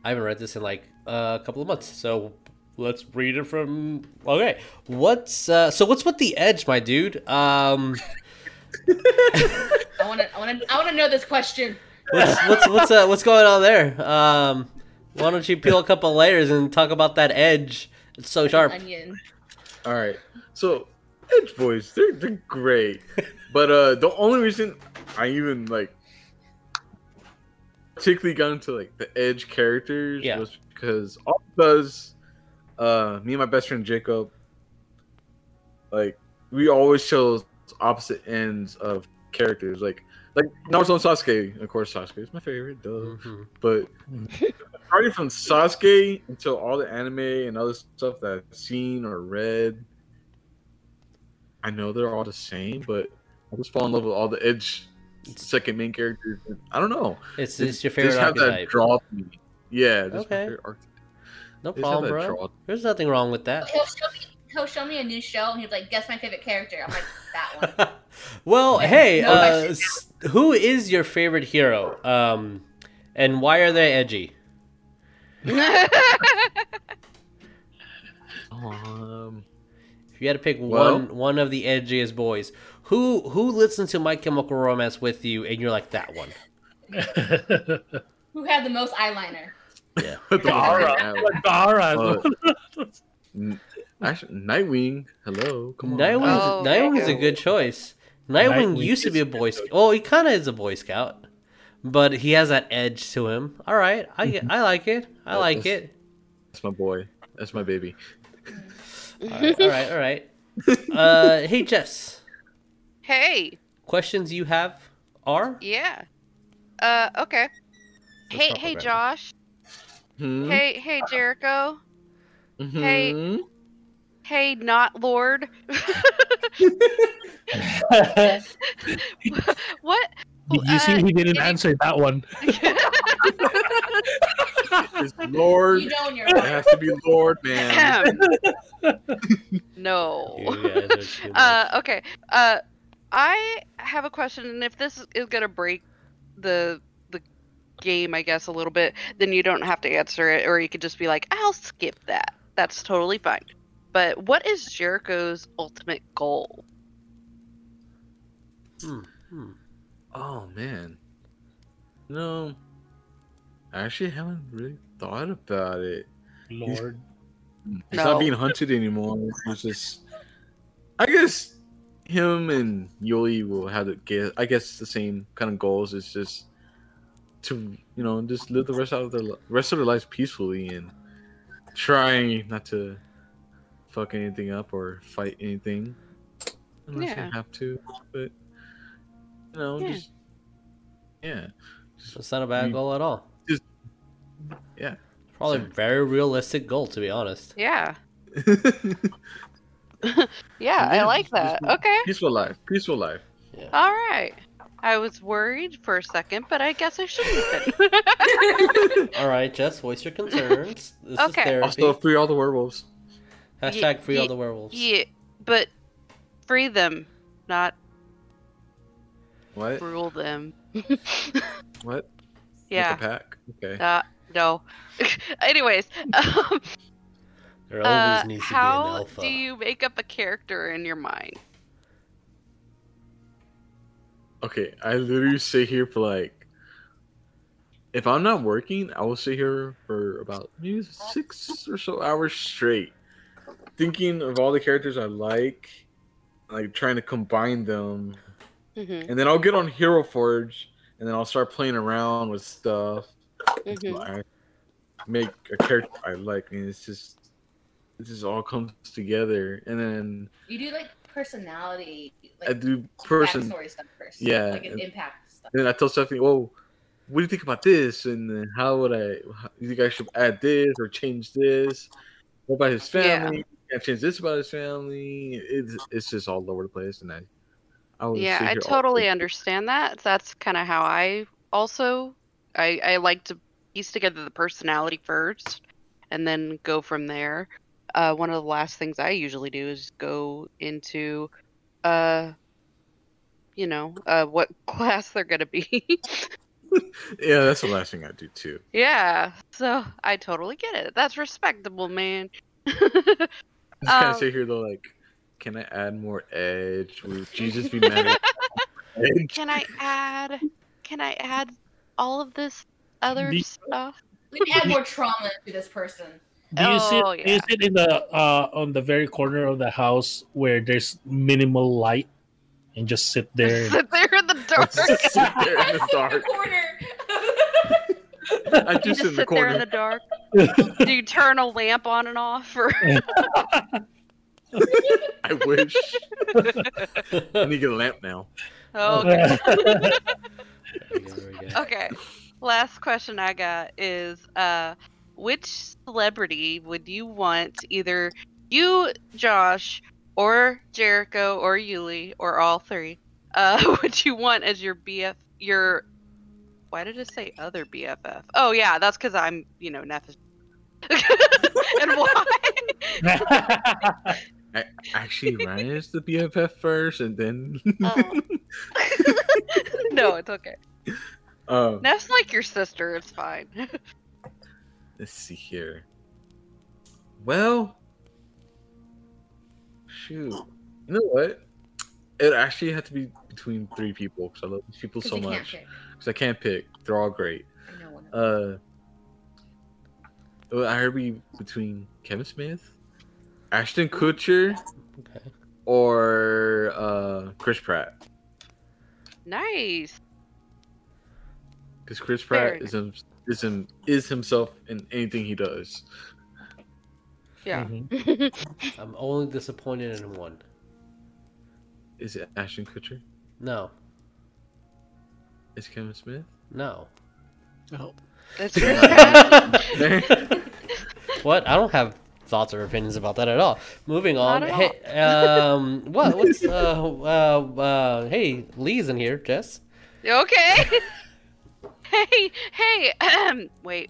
I haven't read this in like a couple of months, so let's read it from. Okay, what's uh, so what's with the edge, my dude? Um, I want to. I want to. I want to know this question. what's what's what's uh, what's going on there? Um, why don't you peel a couple layers and talk about that edge? It's so sharp. Onion. All right. So Edge Boys, they're they're great, but uh, the only reason I even like particularly got into like the Edge characters Yeah. was because all it does, uh, me and my best friend Jacob, like we always chose opposite ends of characters, like like Naruto and Sasuke. Of course, Sasuke is my favorite, duh. Mhm. But starting from Sasuke until all the anime and other stuff that I've seen or read, I know they're all the same, but I just fall in love with all the Edge second main characters. I don't know. It's it's your favorite just have archetype. that draw to me. Yeah, just Okay. my favorite archetype. No They just have problem, that bro. draw. There's nothing wrong with that. He'll show me. He'll show me a new show, and he's like, "Guess my favorite character." I'm like, "That one." well, hey, No, uh, s- who is your favorite hero? Um, and why are they edgy? Um, If you had to pick Well- one one of the edgiest boys, who who listens to My Chemical Romance with you, and you're like that one? Who had the most eyeliner? what the fuck Dara. is that? Like Dara. Oh. Uh, n- Actually, Nightwing. Hello, come on. Nightwing's, Oh, Nightwing's a okay. good choice. Nightwing, Nightwing used to is be a a boy good scout. choice. Well, he kind of is a boy scout, but he has that edge to him. All right, I get- I like it. I Yeah, like that's- it. That's my boy. That's my baby. All right, all right, all right. Uh, hey Jess, hey, questions you have are? yeah. Uh, okay. Hey, talk hey, about it. Josh. Hmm? Hey, hey, Jericho. hey. Mhm. Hey, not Lord. What? Did you see Uh, he didn't it- answer that one? It's Lord. You It know when you're has to be Lord, man. Um. no. You guys are too Uh, okay. Uh, I have a question, and if this is gonna break the the game, I guess a little bit, then you don't have to answer it, or you could just be like, "I'll skip that. That's totally fine." But what is Jericho's ultimate goal? Oh man. No. I actually haven't really thought about it. Lord. He's not No. being hunted anymore. It's just I guess him and Yoli will have the get I guess the same kind of goals. It's just to you know, just live the rest out of their li- rest of their lives peacefully and try not to fuck anything up or fight anything. Unless Yeah. they have to. But you know, Yeah. just yeah. Just It's not a bad You- goal at all. just- yeah. Probably a Sure. very realistic goal, to be honest. Yeah, peaceful yeah, I Yeah, like just- that. just- Okay, life. Peaceful life. Uh, all right. I was worried for a second, but I guess I shouldn't have been. All right, Jess, voice your concerns. This Okay. is therapy. Also free all the werewolves. Hashtag free all ye- the werewolves. yeah, but free them, not What? rule them. What? yeah. Like a pack. Okay. Uh, no. Anyways, um, There uh, always needs to be an how alpha. do you make up a character in your mind? Okay. I literally sit here for like. If I'm not working, I will sit here for about maybe six or so hours straight, thinking of all the characters I like, like trying to combine them Mm-hmm. and then I'll get on Hero Forge, and then I'll start playing around with stuff. until I make a character I like, and it's just, it just all comes together. And then You do like personality, I like do person, backstory stuff first. Yeah, Like an and- impact stuff. and then I tell Stephanie, "Well, what do you think about this? And then how would I? How, you think I should add this or change this? What about his Yeah. family? Can I change this about his family? It's it's just all over the place, and I, I would Yeah, sit I here all totally day. understand that. That's kind of how I also I I like to piece together the personality first and then go from there. Uh, one of the last things I usually do is go into uh you know, uh what class they're going to be. Yeah, that's the last thing I do too. yeah. So, I totally get it. That's respectable, man. Just kind Um, of sit here though, like, can I add more edge? Will Jesus be mad? at me? Edge? Can I add can I add all of this other The- stuff? We can add more trauma to this person. Do you sit? Oh, Do yeah. you sit in the uh, on the very corner of the house where there's minimal light, and just sit there? Sit there in the dark. Just sit there in I sit the in dark. the corner. I You do just sit sit in the there in the corner. dark. Do you turn a lamp on and off? Or... I wish. I need to get a lamp now. Oh, okay. There we go, there we go. okay. Last question I got is, uh, which celebrity would you want either you, Josh, or Jericho, or Yuli, or all three? Uh, would you want as your BF, your why did it say other BFF? Oh yeah, that's because I'm you know Neff. is- and why? Actually, Ryan is the BFF first, and then. Oh. no, it's okay. Uh, Neff's like your sister. It's fine. Let's see here. Well, shoot. You know what? It actually had to be between three people because I love these people Because so you can't much. pick. Because I can't pick. They're all great. I know one of them. Uh, well, I heard we between Kevin Smith, Ashton Kutcher, Okay. or uh, Chris Pratt. Nice. Because Chris Fair Pratt is him, is him is himself in anything he does. Yeah. Mhm. I'm only disappointed in one. Is it Ashton Kutcher? No, Is Kevin Smith? no. That's true. What? I don't have thoughts or opinions about that at all. Moving on. Not at all. Hey, um, what? What's uh, uh, uh, hey, Lee's in here, Jess. okay. hey, hey. Um, wait.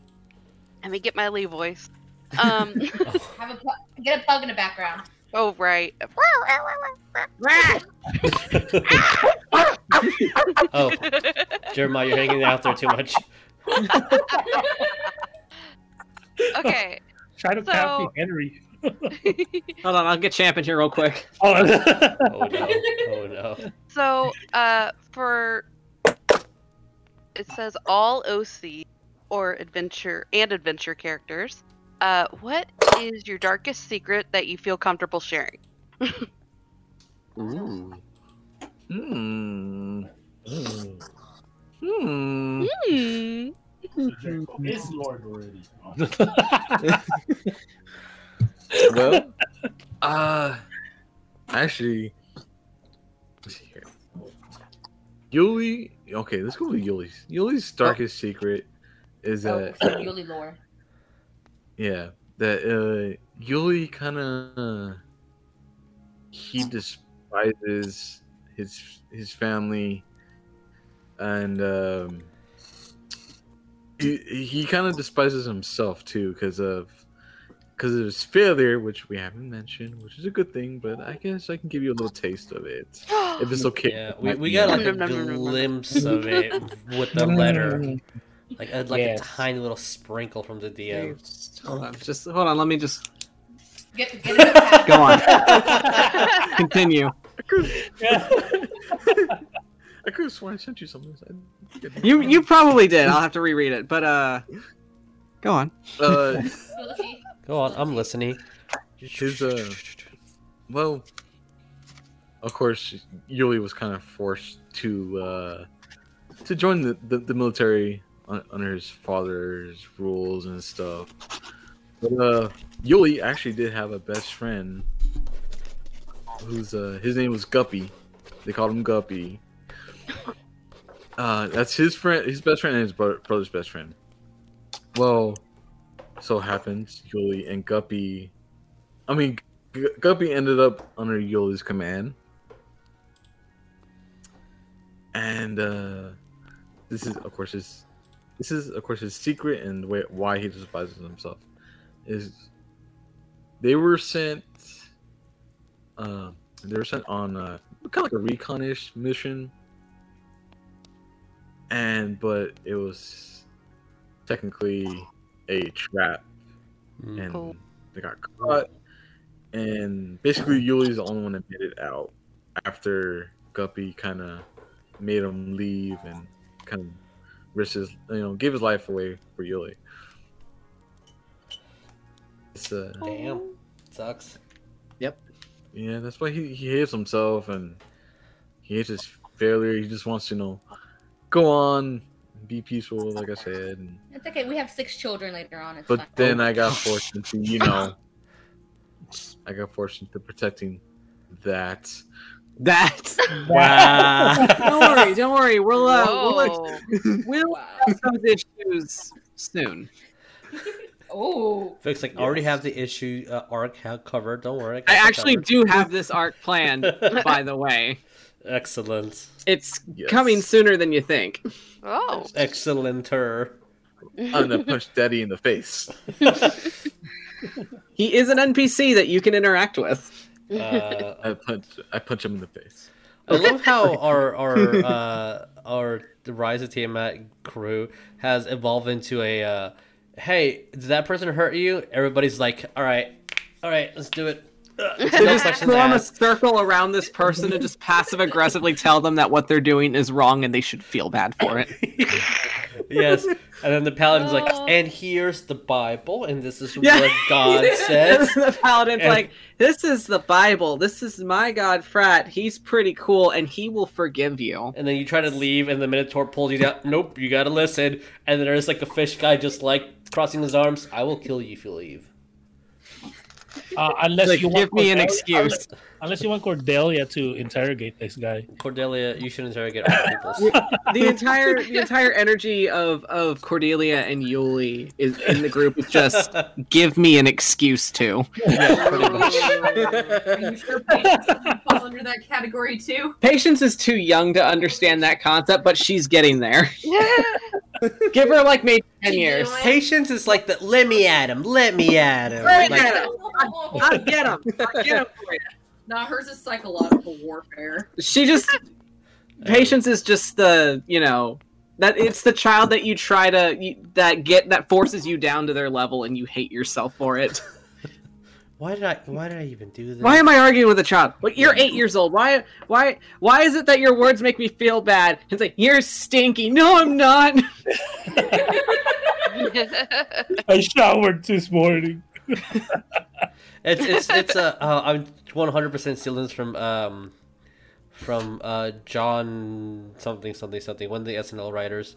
Let me get my Lee voice. Um. Have a pu- get a pug in the background. oh right. Oh, Jeremiah, you're hanging out there too much. okay. Try to So- copy Henry. Hold on, I'll get Champ in here real quick. Oh, Oh no! Oh no! So, uh, for it says all OC or adventure and adventure characters. Uh, what is your darkest secret that you feel comfortable sharing? Ooh. Hmm. Hmm. Hmm. it's Lord already. well, uh, actually, let's see here. Yuli. Okay, let's go with Yuli's. Yuli's darkest secret is Oh, that Yuli lore. yeah that uh Yuli kind of he despises his his family and um he, he kind of despises himself too because of because it was failure, which we haven't mentioned, which is a good thing. But I guess I can give you a little taste of it if it's okay. Yeah, we, we got like a glimpse of it with the letter, like a, like Mm. Yes. a tiny little sprinkle from the DM. Hold on, just hold on. Let me just Get, get it back. go on. Continue. I could have sworn I sent you something. I didn't. You you probably did. I'll have to reread it, but uh, go on. uh, We'll see. Go on, I'm listening. his uh, well, of course, Yuli was kind of forced to uh, to join the, the, the military un- under his father's rules and stuff. But uh, Yuli actually did have a best friend, who's uh, his name was Guppy. They called him Guppy. Uh, that's his friend, his best friend, and his bro- brother's best friend. Well, so happens Yuli and Guppy. I mean, G- Guppy ended up under Yuli's command, and uh, this is, of course, his. This is, of course, his secret and wh- why he despises himself. Is they were sent. Uh, they were sent on uh, kind of like a reconish mission, and but it was technically a trap and Oh. they got caught. And basically, Yuli's the only one that made it out after Guppy kind of made him leave and kind of risked his, you know, gave his life away for Yuli. It's, uh, Damn, sucks. yeah, that's why he, he hates himself and he hates his failure. He just wants to, you know, go on, be peaceful, like I said. And, It's okay. We have six children later on. It's But fine. then I got forced into, you know, I got forced into protecting that. That. Don't Wow. worry. Don't worry. We'll uh, we'll, ex- Whoa. we'll address those issues soon. Oh, Vic's like, I already have the issue uh, arc ha- covered. Don't worry. got I that actually covered." do have this arc planned. By the way, Excellent. it's Yes. coming sooner than you think. Oh. Excellenter. Uh, I'm gonna punch Daddy in the face. He is an NPC that you can interact with. Uh, I punch. I punch him in the face. I love how our our uh, our the Rise of Tiamat crew has evolved into a uh, hey, did that person hurt you? Everybody's like, all right, all right, let's do it. Ugh, They No just questions form a asked. circle around this person and just passive aggressively tell them that what they're doing is wrong and they should feel bad for it. Yes, and then the paladin's like, Oh. and here's the Bible, and this is Yeah. what God And says. the paladin's And- like, "This is the Bible. This is my god, frat. He's pretty cool, and he will forgive you." And then you try to leave, and the Minotaur pulls you down. Nope, you gotta listen. And then there's like the fish guy, just like crossing his arms. I will kill you if you leave. Uh, unless Like, you want give me an Cordelia- excuse. Unless, unless you want Cordelia to interrogate this guy. Cordelia, you shouldn't interrogate all people. The entire the entire energy of of Cordelia and Yuli is in the group. is just give me an excuse to. are you sure Patience doesn't fall under that category too? Patience is too young to understand that concept, but she's getting there. Give her like maybe ten years. Patience is like the let me at him, let me at him. Right Like, at him. I'll get him. I'll get him for you. Now hers is psychological warfare. She just patience is just the you know that it's the child that you try to you, that get that forces you down to their level and you hate yourself for it. why did I? Why did I even do this? Why am I arguing with a child? But you're eight years old. Why why why is it that your words make me feel bad? It's like you're stinky. No, I'm not. I showered this morning. It's it's it's a. Uh, I'm 100 percent stealing this from um from uh John something something something one of the SNL writers.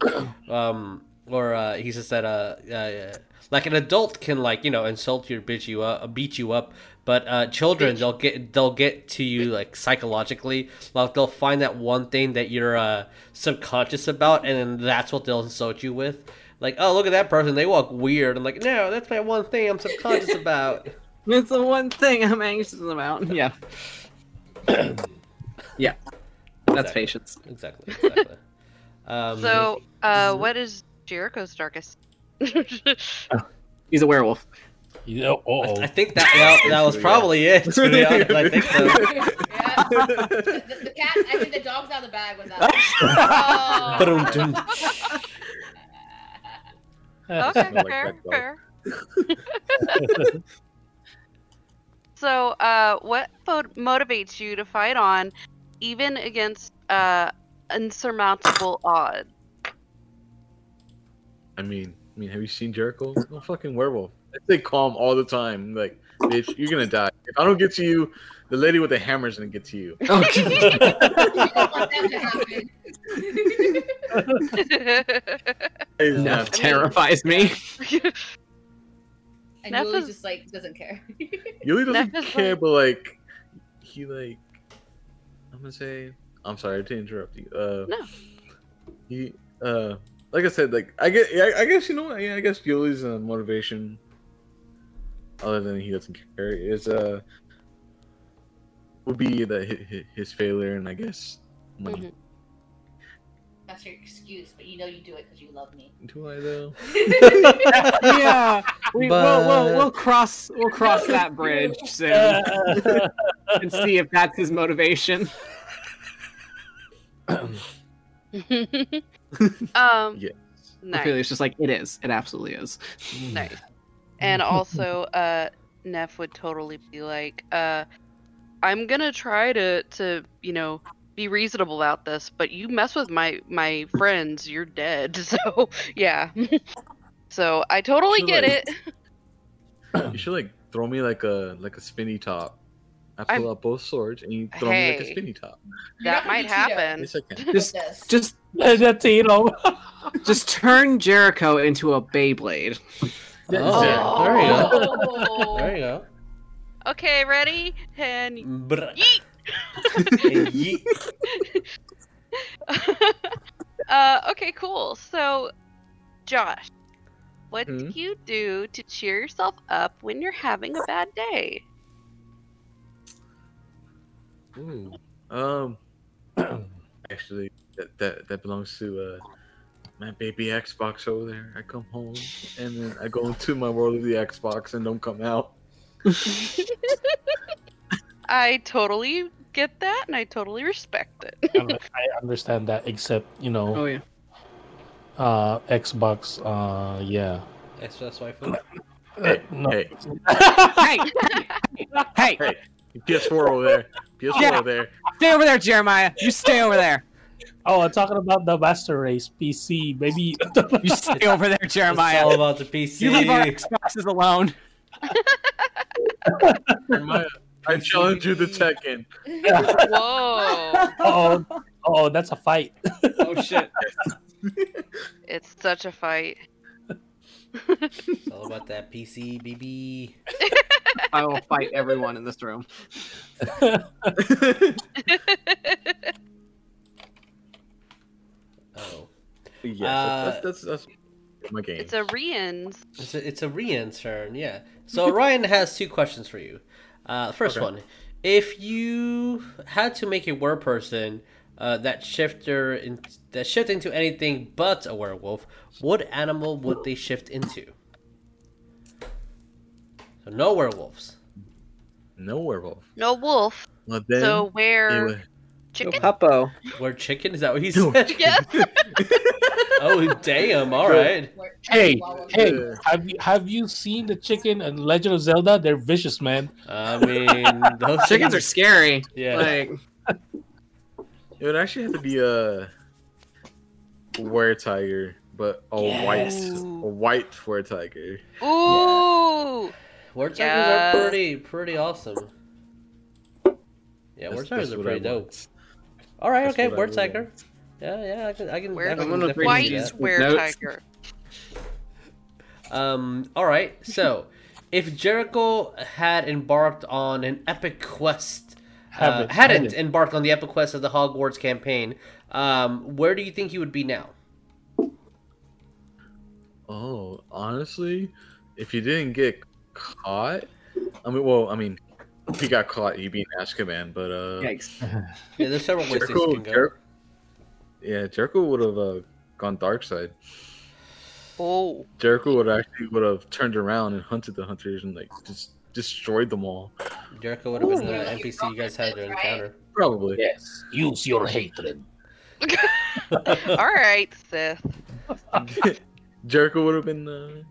Um, or uh, he says that uh, uh like an adult can like you know insult you, or beat you up, beat you up. But uh, children, they'll get they'll get to you like psychologically. Like they'll find that one thing that you're uh, subconscious about, and then that's what they'll insult you with. Like, oh, look at that person, they walk weird. I'm like, no, that's my one thing I'm subconscious about. It's the one thing I'm anxious about. Yeah. yeah. That's Exactly. patience. Exactly. Exactly. um, so, uh, what is Jericho's darkest? He's a werewolf. You know, oh, I, I think that that, that was probably it. To be honest, I think so. Yeah. the, the, the cat, I mean, the dog's out of the bag with Oh. that. Ba-dum-dum. Okay, like fair, that dog. fair. so, uh, what fo- motivates you to fight on, even against uh, insurmountable odds? I mean, I mean, have you seen Jericho? No fucking werewolf. I stay calm all the time. Like, bitch, you're gonna die. If I don't get to you, the lady with the hammer's gonna get to you. You don't want that to happen. Hey, Neff Neff, terrifies me. And That Yuli's was- just like doesn't care. Yuli doesn't Neff is care, like- but like, he like, I'm gonna say, I'm sorry to interrupt you. Uh, No. He, uh, like I said, like I get, I, I guess you know, what? yeah, I guess Yuli's uh, motivation, other than he doesn't care, is uh, would be that his, his failure and I guess money. Mhm. That's your excuse, but you know you do it because you love me. Mm-hmm. Do I though? yeah, we, we'll, But- we'll, we'll cross we'll cross that bridge soon Uh, and see if that's his motivation. um, Yes. nice. Ophelia's just like it is. It absolutely is. Nice. And also, uh, Neff would totally be like, uh, I'm gonna try to, to, you know, be reasonable about this, but you mess with my, my friends, you're dead. So, yeah. so, I totally So, get like, it. You should like throw me like a like a spinny top. I I'm- pull out both swords and you throw me like a Hey. spinny top. You're That not gonna might happen. be Tito Yes, I can. with Just- this. Just that's you know. just turn Jericho into a Beyblade. Oh, there you go. Oh. There you go. Okay, ready? And Brr. yeet! And yeet. uh, okay, cool. So, Josh, what Hmm? do you do to cheer yourself up when you're having a bad day? Ooh. Um. actually, that that, that belongs to uh, my baby Xbox over there. I come home and then I go into my world of the Xbox and don't come out. I totally get that, and I totally respect it. I understand that, except you know, Oh yeah. uh, Xbox. Uh, yeah. Excess waifu. Hey, No. hey, Hey, hey, hey, PS4 over there. PS4 Yeah. over there. stay over there, Jeremiah. You stay over there. Oh, I'm talking about the master race PC, baby. You stay over there, It's all Jeremiah. about the You leave our PC. Xboxes alone. Jeremiah, I challenge you to Tekken. Whoa! Oh, oh, that's a fight. Oh shit. it's such a fight. It's all about that PC, BB. I will fight everyone in this room. Oh, Yes, Uh, that's, that's that's my game. It's a Rian's. it's a, it's a Rian's turn. Yeah. So Ryan has two questions for you. Uh, the first Okay. one: If you had to make a were person uh, that shifter in, that shift into anything but a werewolf, what animal would they shift into? So no werewolves. no werewolf. No wolf. Well, then so it where would- chicken? Huppo. We're chicken? Is that what he No. said? Yes. Oh damn! All right. We're- Hey, Chihuahua. hey, have you have you seen the chicken and Legend of Zelda? They're vicious, man. I mean, those Chickens are scary. yeah. Like It would actually have to be a were tiger, but a Yes. white, a white were tiger. Ooh. War Yeah. are pretty pretty awesome. Yeah, war That's- that's tigers are what I pretty dope. want. All right, That's okay, what I war really tiger. want. Yeah, yeah, I can, I can. Where- I can I'm gonna definitely bring do White you that. that. were Notes. tiger. Um. All right. So, if Jericho had embarked on an epic quest, uh, Haven't, hadn't haven't. embarked on the epic quest of the Hogwarts campaign, um, where do you think he would be now? Oh, honestly, if you didn't get caught, I mean, well, I mean, if he got caught, he'd be in Azkaban, but uh, yikes. Yeah, there's several ways this Jericho, can go. Jer- yeah, Jericho would have uh, gone dark side. Oh, Jericho would actually would have turned around and hunted the hunters and like just destroyed them all. Jericho would have been the NPC you guys had to encounter. Probably. Yes, use your hatred. all right, Seth. Jericho would have been the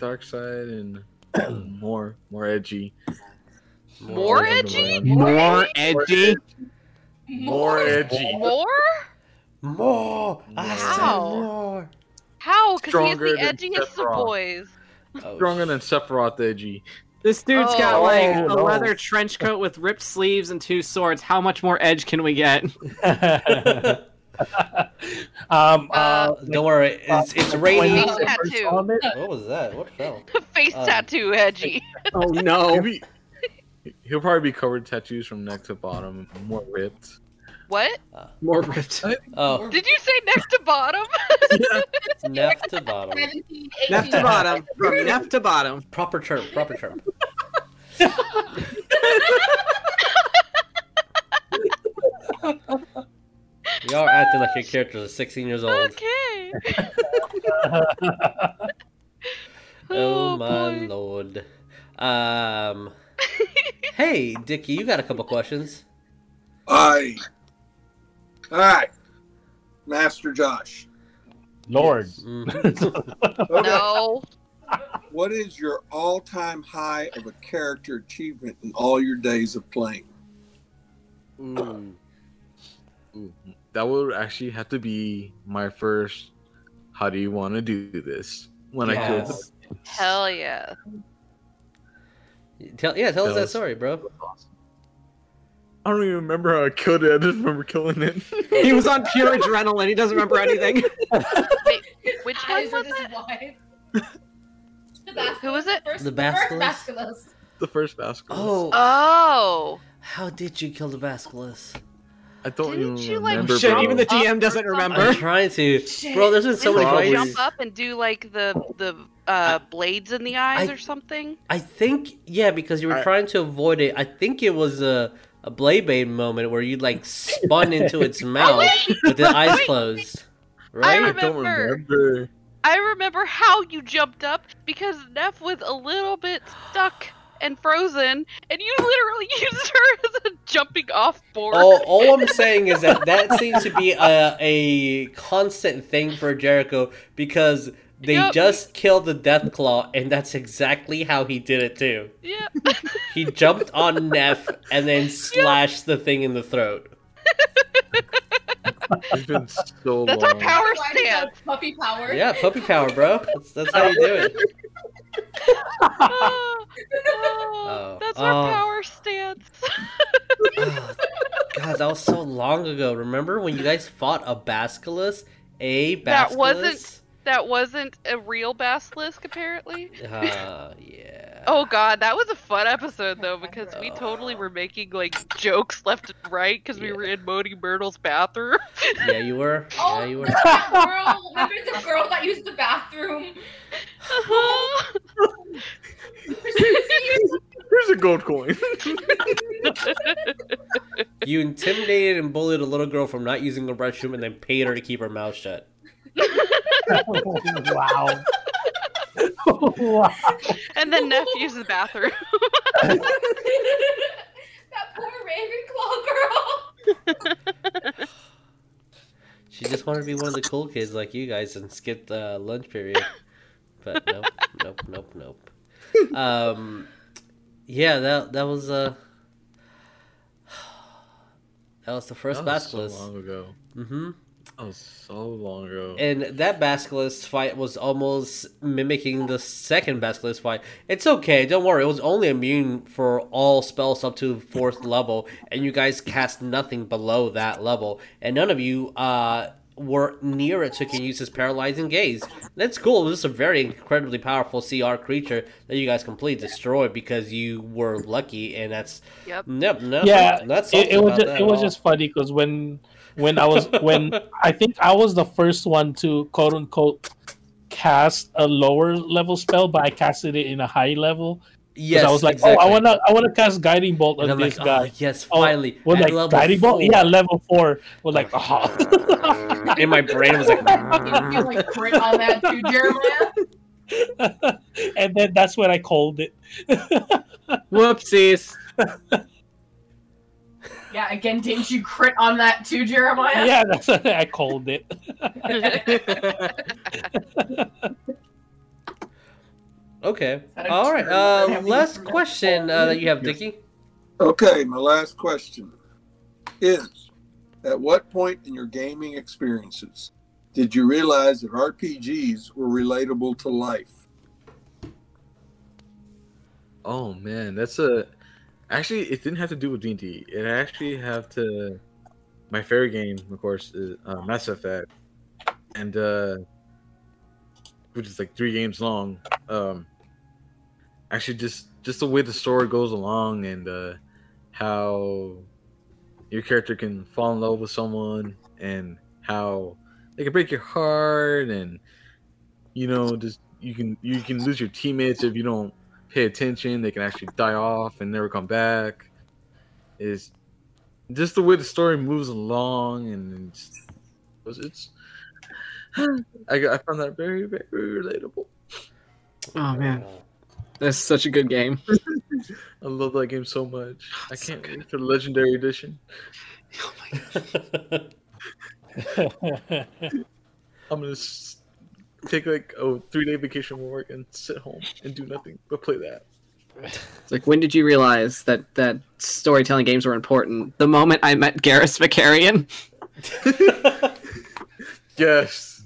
dark side and more more edgy. More More edgy? edgy? More edgy. More edgy. More? More. I said Wow. more. How? Because he's Stronger the than edgiest of Sephiroth. boys. Oh, Stronger sh- than Sephiroth edgy. This dude's Oh. got like Oh, a no. leather trench coat with ripped sleeves and two swords. How much more edge can we get? um, uh, Don't worry, it's, it's rainy. Face tattoo. What was that? What fell? Face Um, Uh, tattoo, edgy. Oh no. Maybe he'll probably be covered with tattoos from neck to bottom, more ripped. What? More ripped. Oh, Did you say next to bottom? neck to bottom. 17, Left 18. to bottom. From left to bottom. Proper term. Proper term. Y'all are acting like your characters are 16 years old. Okay. Oh, my boy. lord. Um. hey, Dickie, you got a couple questions. Aye. All right, Master Josh. Lord. Mhm. Okay. No. What is your all-time high of a character achievement in all your days of playing? Mm. Ooh. Ooh. That would actually have to be my first. How do you want to do this? When I killed Yes. Hell yeah. tell, yeah, tell us That that was- story, bro. I don't even remember how I killed it. I just remember killing it. He was on pure adrenaline. He doesn't remember anything. Which one Eyes was of it? his wife. The Who was it? First, The first basilisk? basilisk. the first basketball. Oh, Oh. how did you kill the basilisk? I don't Didn't even you, like, remember. Shit, even the Up GM doesn't or remember. I'm trying to, Shit. bro. There's been so Didn't many you Probably. ways. jump up and do like the the uh, blades in the eyes I- or something? I think yeah, because you were I- trying to avoid it. I think it was a a Blaybane moment where you like spun into its mouth with the eyes closed, I right? I don't remember. remember. I remember how you jumped up because Neff was a little bit stuck and frozen, and you literally used her as a jumping off board. All, all I'm saying is that that seems to be a, a constant thing for Jericho because they Yep. just killed the Death Claw, and that's exactly how he did it too. Yeah. He jumped on Neff and then slashed the thing in the throat. It's been so That's our long. power Why do you have stance. Puppy power. Yeah, puppy power, bro. That's, that's how you do it. Oh, oh, Oh, that's oh. our power stance. Oh, God, that was so long ago. Remember when you guys fought a basculus? A basculus? That wasn't- That wasn't a real basilisk, apparently. Uh, yeah. Oh god, that was a fun episode though because we totally were making like jokes left and right because we were in Modi Myrtle's bathroom. Yeah, you were. Oh, Yeah, you were. that girl. Remember the girl that used the bathroom? Here's a gold coin. You intimidated and bullied a little girl from not using the restroom and then paid her to keep her mouth shut. wow. wow. and then Neff uses the bathroom. that poor Ravenclaw girl. She just wanted to be one of the cool kids like you guys and skip the lunch period. But nope, nope, nope, nope. Um, yeah, that that was uh, that was the first that was so basculus. long ago. mm-hmm. That was so long ago. And that Basculus fight was almost mimicking the second Basculus fight. It's okay, don't worry. It was only immune for all spells up to fourth level, and you guys cast nothing below that level. And none of you uh, were near it to can use this paralyzing gaze. That's cool. This is a very incredibly powerful CR creature that you guys completely destroyed because you were lucky, and that's Yep. nope, no, Yeah, that's it, it was about just, that it was at all. just funny because when when I was when I think I was the first one to quote unquote cast a lower level spell, but I casted it in a high level, Yes, Yes, I was like, oh, I wanna, I wanna cast guiding bolt on And I'm this like, guy. oh, yes, Oh, finally. We're at like level guiding bolt, four." yeah, level four. We're like, "Oh." aha. In my brain, I was like, You feel like crit on that too, Jeremiah? and then that's when I called it. Whoopsies. Yeah, again, didn't you crit on that too, Jeremiah? Yeah, that's when I called it. okay. That a All right. turn? I Uh, haven't even last forgotten. question uh, that you have, Dicky. Okay, my last question is At what point in your gaming experiences did you realize that RPGs were relatable to life? Oh man, that's a. Actually, it didn't have to do with D and D. It actually have to. My favorite game, of course, is uh, Mass Effect, and uh, which is like three games long. Um, actually, just just the way the story goes along and uh, how your character can fall in love with someone and how they can break your heart and you know just you can you can lose your teammates if you don't pay attention. They can actually die off and never come back. Is just the way the story moves along, and it's it's. it's- I, got- I found that very very relatable. Oh man, that's such a good game. I love that game so much. I It's so can't wait for Legendary Edition. Uh, I'm gonna s- take like a three day vacation from work and sit home and do nothing but play that. It's like, when did you realize that that storytelling games were important? The moment I met Garrus Vicarian. Yes.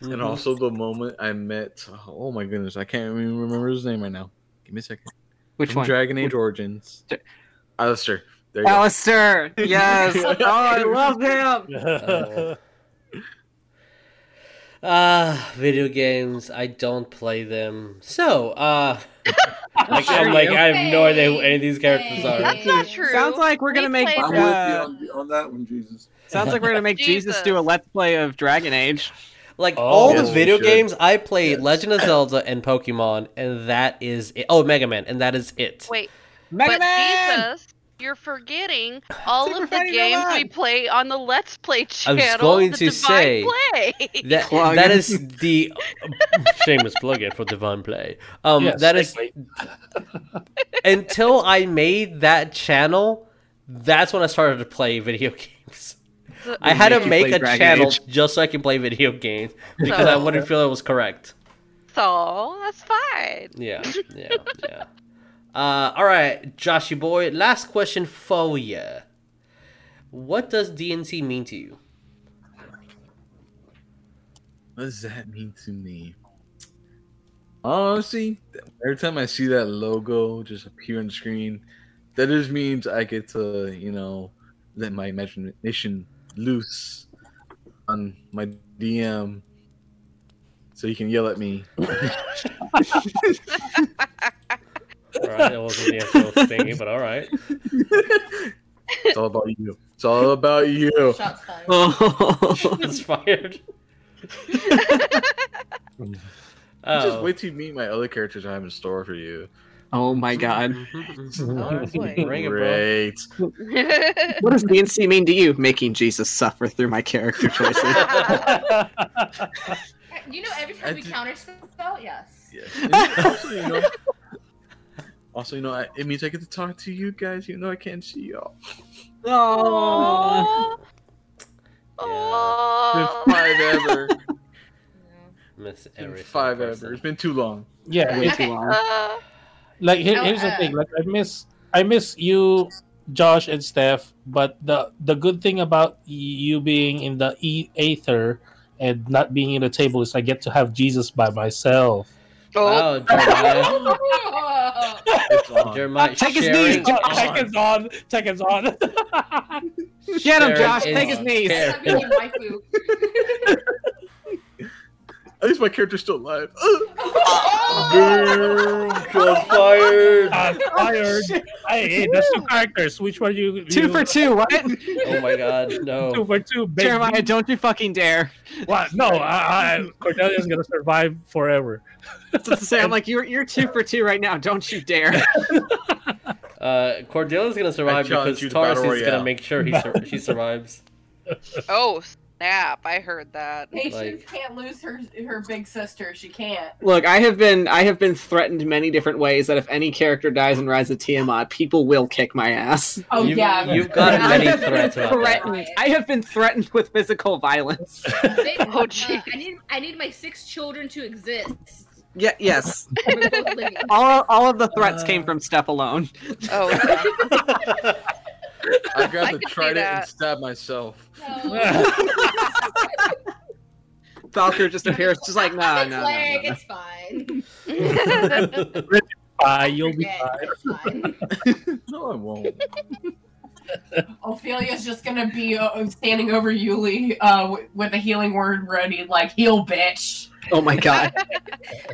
And Mhm. also the moment I met, oh my goodness, I can't even remember his name right now. Give me a second. Which From one? Dragon Age Origins. Dra- Alistair. There you go. Alistair. Yes. oh, I love him. Ah, video games. I don't play them. So, uh, like, Sure I'm like, you. I have no idea who any of these characters That's are. not true. Sounds like we're We gonna make. played I'm Uh, with you on, on that one, Jesus. sounds like we're gonna make Jesus. do a Jesus. let's play of Dragon Age. Like, Oh. all Yes, the we video should. games I played Yes. Legend of Zelda and Pokemon, and that is it. Oh, Mega Man, and that is it. Wait, Mega but Man. Jesus, you're forgetting all Super of the Fighting games Online. we play on the Let's Play I channel. was going the to Divine say- Play. That, Plug. that is the shameless plug in for Divine Play. Um, Yes, that is segue. until I made that channel. That's when I started to play video games. So- I had to make you make play a Dragon channel Age. just so I can play video games because I wouldn't feel it was correct. so that's fine. Yeah, yeah, yeah. Uh, all right, Joshy boy. Last question for you. What does DNC mean to you? What does that mean to me? Honestly, every time I see that logo just appear on the screen, that just means I get to, you know, let my imagination loose on my DM so you can yell at me. All right, that wasn't the actual thingy, but all right. It's all about you. It's all about you. Shots fired. Oh. It's fired. Oh. Just wait till you meet my other characters I have in store for you. oh my God. Oh, Honestly, ring it, bro. Great. What does DNC mean to you? Making Jesus suffer through my character choices. Uh, You know, every time I we did- counter spell, yes. Yes. And also, you know, also, you know, I, it means I get to talk to you guys. You know, I can't see y'all. Oh. Aw. Aw. Oh. It's been five ever. Miss It's been everything. five person. ever. It's been too long. yeah, Way wait, Okay. too long. Uh, like here, Oh, here's the uh. thing. Like I miss, I miss you, Josh and Steph. But the the good thing about you being in the e- aether and not being in the table is I get to have Jesus by myself. oh, Wow, Jeremiah. Oh. It's on. Jeremiah Take his sharing knees, Josh. on. Take us on. Take us on. Get Sharon him, Josh. is Take his knees. sharing. Stop being waifu. Oh, At least my character's still alive. Shots fired. Ah, I'm Oh, tired. hey, hey, that's two characters. Which one you? Two you- for two, what? Oh my god, Two no. for two. baby. Jeremiah, don't you fucking dare. What? No, I, I, Cordelia's gonna survive forever. That's what to say. I'm like, you're you're two for two right now. Don't you dare. Uh, Cordelia's gonna survive challenge because you to battle Taurus is gonna royale. make sure he sur- she survives. Oh snap! I heard that. Patience Like- can't lose her her big sister. She can't. Look, I have been I have been threatened many different ways that if any character dies in Rise of Tiamat, people will kick my ass. Oh You've- yeah. you've got I many have been threats about that. threatened. I have been threatened with physical violence. They- Oh, uh, jeez. I need I need my six children to exist. Yeah, yes. We're both living. All all of the threats Uh. came from Steph alone. Oh, yeah. I I grabbed the can see trident and that. stabbed myself. No. Well, Falker just appears, just like no, I'm no, in no, flag, no, no. It's fine. bye, you'll be Forget, fine. It's fine. No, I won't. Ophelia's just gonna be uh, standing over Yuli uh, w- with a healing word ready, like heal, bitch. Oh my god.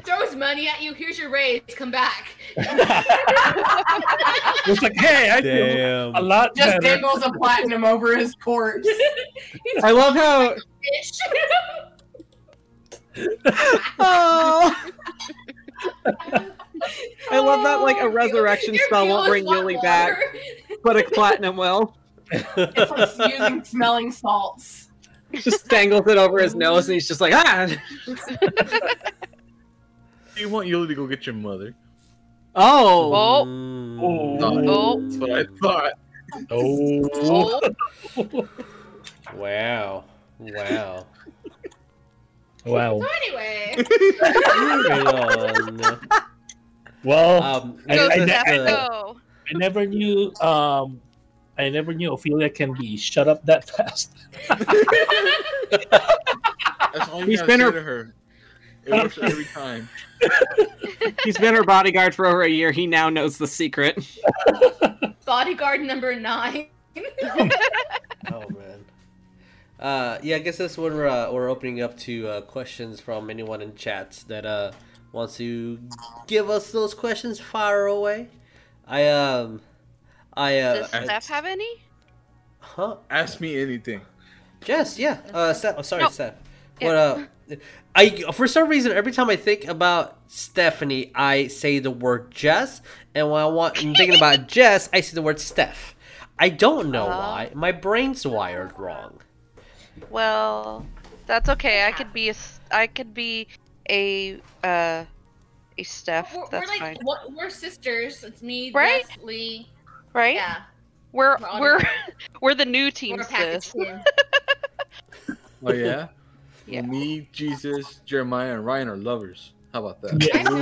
Throws money at you. Here's your raise. Come back. It's like, hey, I feel a lot Just better. dangles a platinum over his corpse. I love how Bitch. oh, I love that like a resurrection Your spell meal won't is bring hot Yuli back, water. but a platinum will. It's like using smelling salts. Just dangles it over his nose and he's just like, ah Do you want Yuli to go get your mother? Oh Oh. Mm. Oh. That's what I thought. Oh. Oh, oh, Wow. Wow. wow. So anyway, Moving on. Well, Um, I- go, I- Steph, I- go. I never knew. Um, I never knew Ophelia can be shut up that fast. That's all you He's gotta been say her- to her. It works every time. he's been her bodyguard for over a year, he now knows the secret. bodyguard number nine. oh man. Uh, yeah, I guess that's when we're uh, we're opening up to uh, questions from anyone in chats that uh wants to give us those questions. Fire away. I um, I uh, Does I- Steph have any? huh? Ask me anything. Jess, yeah. Uh, Steph. Oh, sorry, No. Steph. Yeah. What uh, I for some reason every time I think about Stephanie, I say the word Jess, and when I want I'm thinking about Jess, I say the word Steph. I don't know Oh. why. My brain's wired wrong. Well, that's okay. I could be a. s- I could be a. Uh, a Steph. We're, we're that's like fine. what- we're sisters. It's me, Right? Jess, Lee. Right? Yeah, We're We're on we're it. we're the new team, we're a sis. package team. Oh yeah. Yeah. Me, Jesus, Jeremiah, and Ryan are lovers. How about that? Yeah. I saw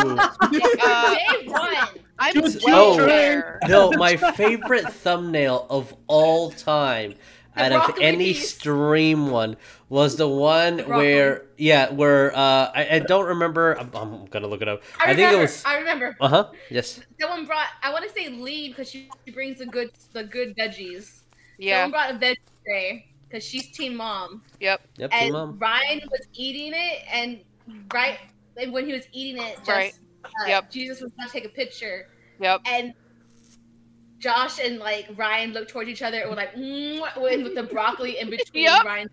Uh, that from day one. I'm Dude, well dude. aware. No, my favorite thumbnail of all time out of broccoli any piece. stream one was the one broccoli. where yeah, where uh I, I don't remember I'm, I'm gonna look it up. I, I, remember, think it was I remember. uh huh. Yes. Someone brought. I want to say Lee because she, she brings the good the good veggies. Yeah. Someone brought a veggie tray because she's team mom, Yep. Yep. and mom. Ryan was eating it, and right and when he was eating it, just, Right. uh, Yep. Jesus was going to take a picture, Yep. and Josh and like Ryan looked towards each other and were like, "Mwah," with with the broccoli in between. Yep. Ryan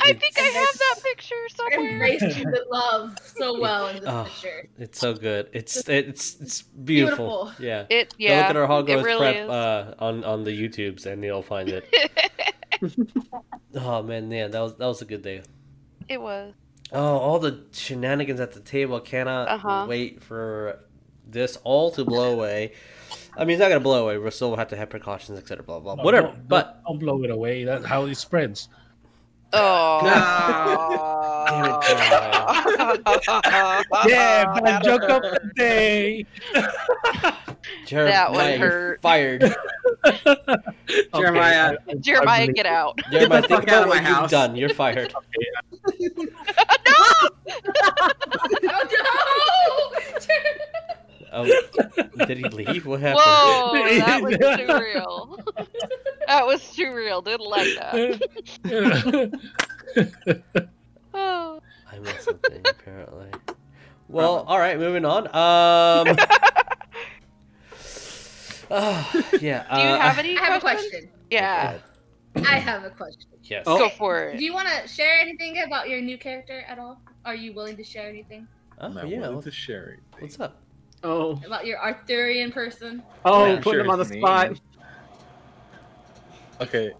I think I And have that's- that picture somewhere. embraced you with love so well in this Oh, picture. It's so good. It's it's it's beautiful. Beautiful. Yeah. It Go yeah. look at our it Hogwarts really prep is. uh, on on the YouTubes and you'll find it. oh man, yeah, that was that was a good day. it was. Oh, all the shenanigans at the table cannot Uh-huh. wait for this all to blow away. I mean, it's not gonna blow away. We'll still have to have precautions, etc. Blah blah. No, Whatever. don't- but don't blow it away. That's how it spreads. Oh. yeah, bad joke of the day. Jeremiah, one you're hurt. fired. Okay, Jeremiah. I- I Jeremiah, believe- get out. Jeremiah, think fuck about out of what my you've house. done. You're fired. Oh no! Oh, did he leave? What happened? Whoa, that was too real. that was too real. Didn't like that. Uh, Oh. I missed something apparently. Well, all right, moving on. Um, yeah. Do you uh, have I- any? I have a questions? question. Yeah. I have a question. Yes. Oh. Go for it. Do you want to share anything about your new character at all? Are you willing to share anything Oh, I'm not yeah. willing what- to share it. What's up? Oh, about your Arthurian person? oh, Yeah, putting sure him on the his name. spot. Okay,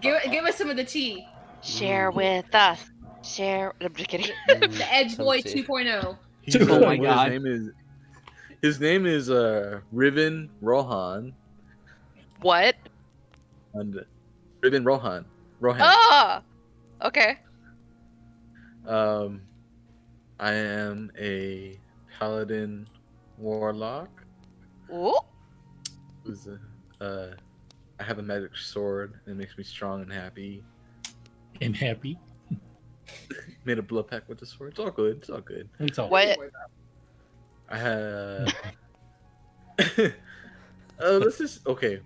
Give give us some of the tea. Share Mm. with us. Share. I'm just kidding. Mm. The Edge Some Boy tea. 2.0. He's, Dude, uh, oh my what God. His name is, his name is uh, Riven Rohan. What? And Riven Rohan. Rohan. Ah. Okay. Um, I am a paladin warlock. Ooh. Who's a, uh, I have a magic sword and it makes me strong and happy. and happy. Made a blood pack with the sword. It's all good. It's all good. It's all. What? I have. uh, let's just okay.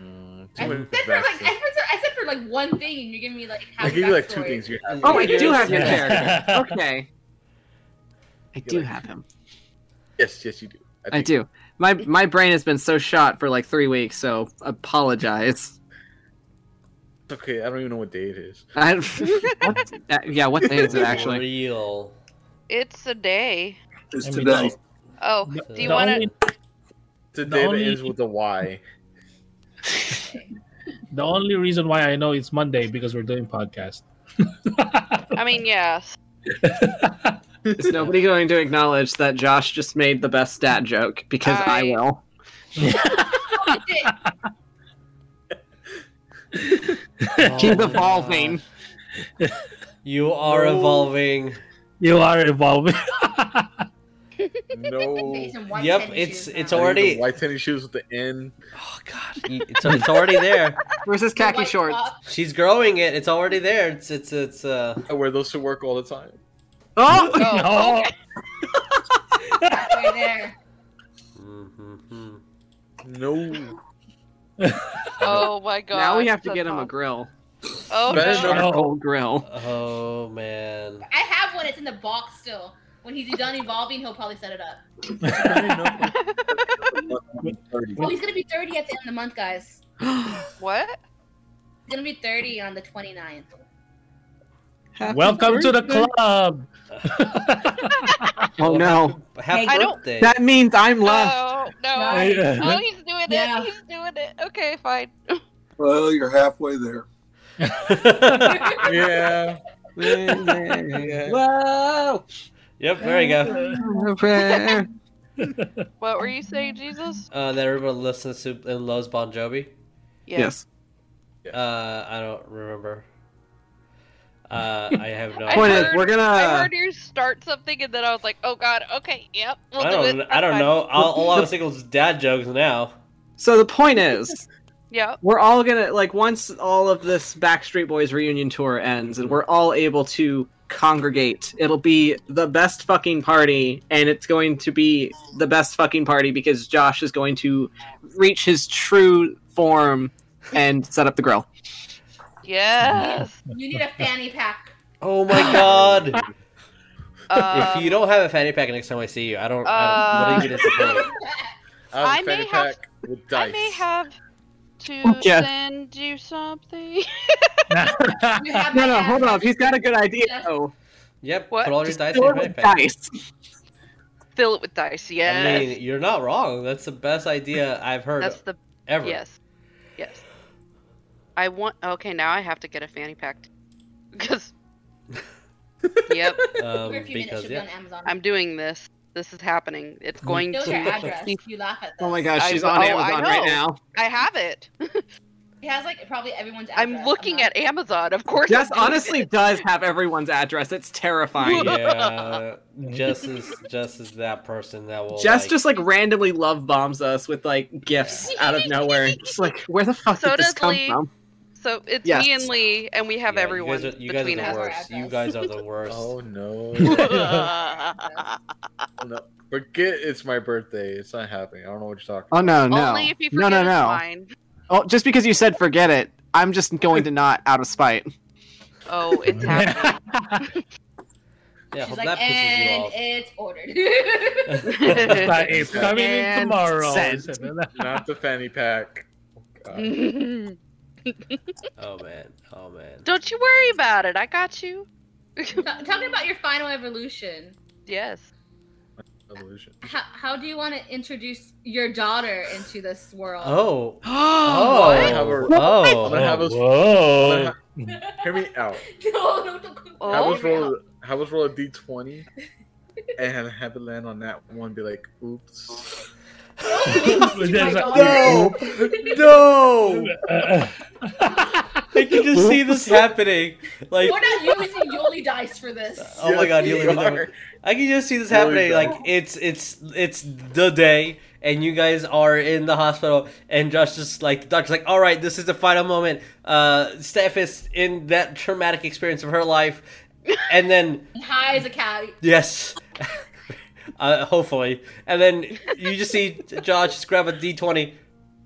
Mm, I too said for many like backstory. I said, I said for like one thing, and you're giving me like half I the give you like two backstory. things. You have. Oh, I do have your Yeah. character. Okay. I do like- have him. Yes, yes, you do. I think. do. My my brain has been so shot for like three weeks, so apologize. It's okay. I don't even know what day it is. I, what, uh, yeah, what day is it actually? Real. It's a day. It's I mean, today. Oh. The- Do you the want to? only- It's a The day only- that ends with a Y. The only reason why I know it's Monday because we're doing podcast. I mean, yes. Is nobody going to acknowledge that Josh just made the best stat joke? Because I, I- will. Oh, shit. Keep Oh, evolving. gosh. You are evolving. You are evolving. No. Face and white Yep, tennis it's- shoes it's now. already- The white tennis shoes with the N. Oh God, it's, it's already there. Where's his The khaki white shorts? top. She's growing it. It's already there. It's it's it's uh. I wear those to work all the time. Oh, No. Halfway there. mhm. No. Oh my god. now we have to that's get him a awesome. grill. Oh Better no. not- Charcoal grill. Oh man. I have one. It's in the box still. When he's done evolving, he'll probably set it up. Oh, he's gonna be 30 at the end of the month, guys. What? He's gonna be 30 on the 29th. Welcome to the club. Oh Well, no, Happy I don't- birthday. That means I'm left. Oh no. Right. Yeah. Oh, he's doing Yeah. it. He's doing it. Okay, fine. Well, you're halfway there. yeah. Whoa! yep, there you go. What were you saying, Jesus? Uh, that everyone listens to and loves Bon Jovi. Yes. Uh, I don't remember. Uh, I have no. I Point is, heard- we're gonna. I heard you start something and then I was like, oh god, okay, yep. We'll I do don't. it. I don't That's know. All, all I was thinking was dad jokes now. So the point is, fine. Yep. we're all gonna like once all of this Backstreet Boys reunion tour ends, and we're all able to congregate. It'll be the best fucking party, and it's going to be the best fucking party because Josh is going to reach his true form and set up the grill. Yes. You need a fanny pack. Oh my god! Um, if you don't have a fanny pack next time I see you, I don't. I don't what are you gonna Um, support? I have I a may fanny have- pack with I dice. may have to Yeah. send you something. You No, no, have my address. hold up. He's got a good idea. though. Yep. What? Put all your Just dice in fill your it fanny with pack. dice. Fill it with dice. Yes. I mean, you're not wrong. That's the best idea I've heard That's the ever. yes. Yes. I want okay, now I have to get a fanny pack because Yep, Um, Every few minutes, because should yeah. be on Amazon. I'm doing this. This is happening. It's going Knows to your address. be- You laugh at this. Oh my gosh, I- she's on oh, I Amazon right know. now. I have it. He has like probably everyone's address. I'm looking somehow. at Amazon. Of course. Jess I'm doing honestly it. does have everyone's address. It's terrifying. yeah, Jess is Jess is that person that will. Jess like, just like randomly love bombs us with like gifts out of nowhere. Just like, where the fuck So did this does come Lee. from? So it's Yes. me and Lee, and we have yeah, You everyone guys are, you guys are between the us. worst. You guys are the worst. Oh no. Only no. Forget it's my birthday. It's not happening. I don't know what you're talking Oh no, no, if you no, forget no, it's no. mine. Oh, just because you said forget it, I'm just going to not out of spite. Oh, it's happening. Yeah, She's hope that like, pisses you and off. it's ordered. Like, it's coming in And tomorrow. sent. Not the fanny pack. Mm. Oh man, oh man. Don't you worry about it. I got you. Ta- talking about your final evolution, Yes. Evolution. how, how do you want to introduce your daughter into this world? Oh. Oh. I'm gonna have her- Oh. I'm gonna have us- Oh. I'm Whoa. gonna ha- uh, Hear me out. no, no, no. Have Oh. us roll. Have us roll a d twenty, and have it land on that one. Be like, oops. There's Oh. a- No. No. Uh, I can just see this happening. Like, We're not using Yoli dice for this. oh my god, you Yes, live in you the. I can just see this Really happening. bad. Like, it's it's it's the day, and you guys are in the hospital, and Josh just like the doctor's like, all right, this is the final moment. Uh, Steph is in that traumatic experience of her life, and then High as a cat. yes. Uh, hopefully, and then you just see Josh just grab a D twenty.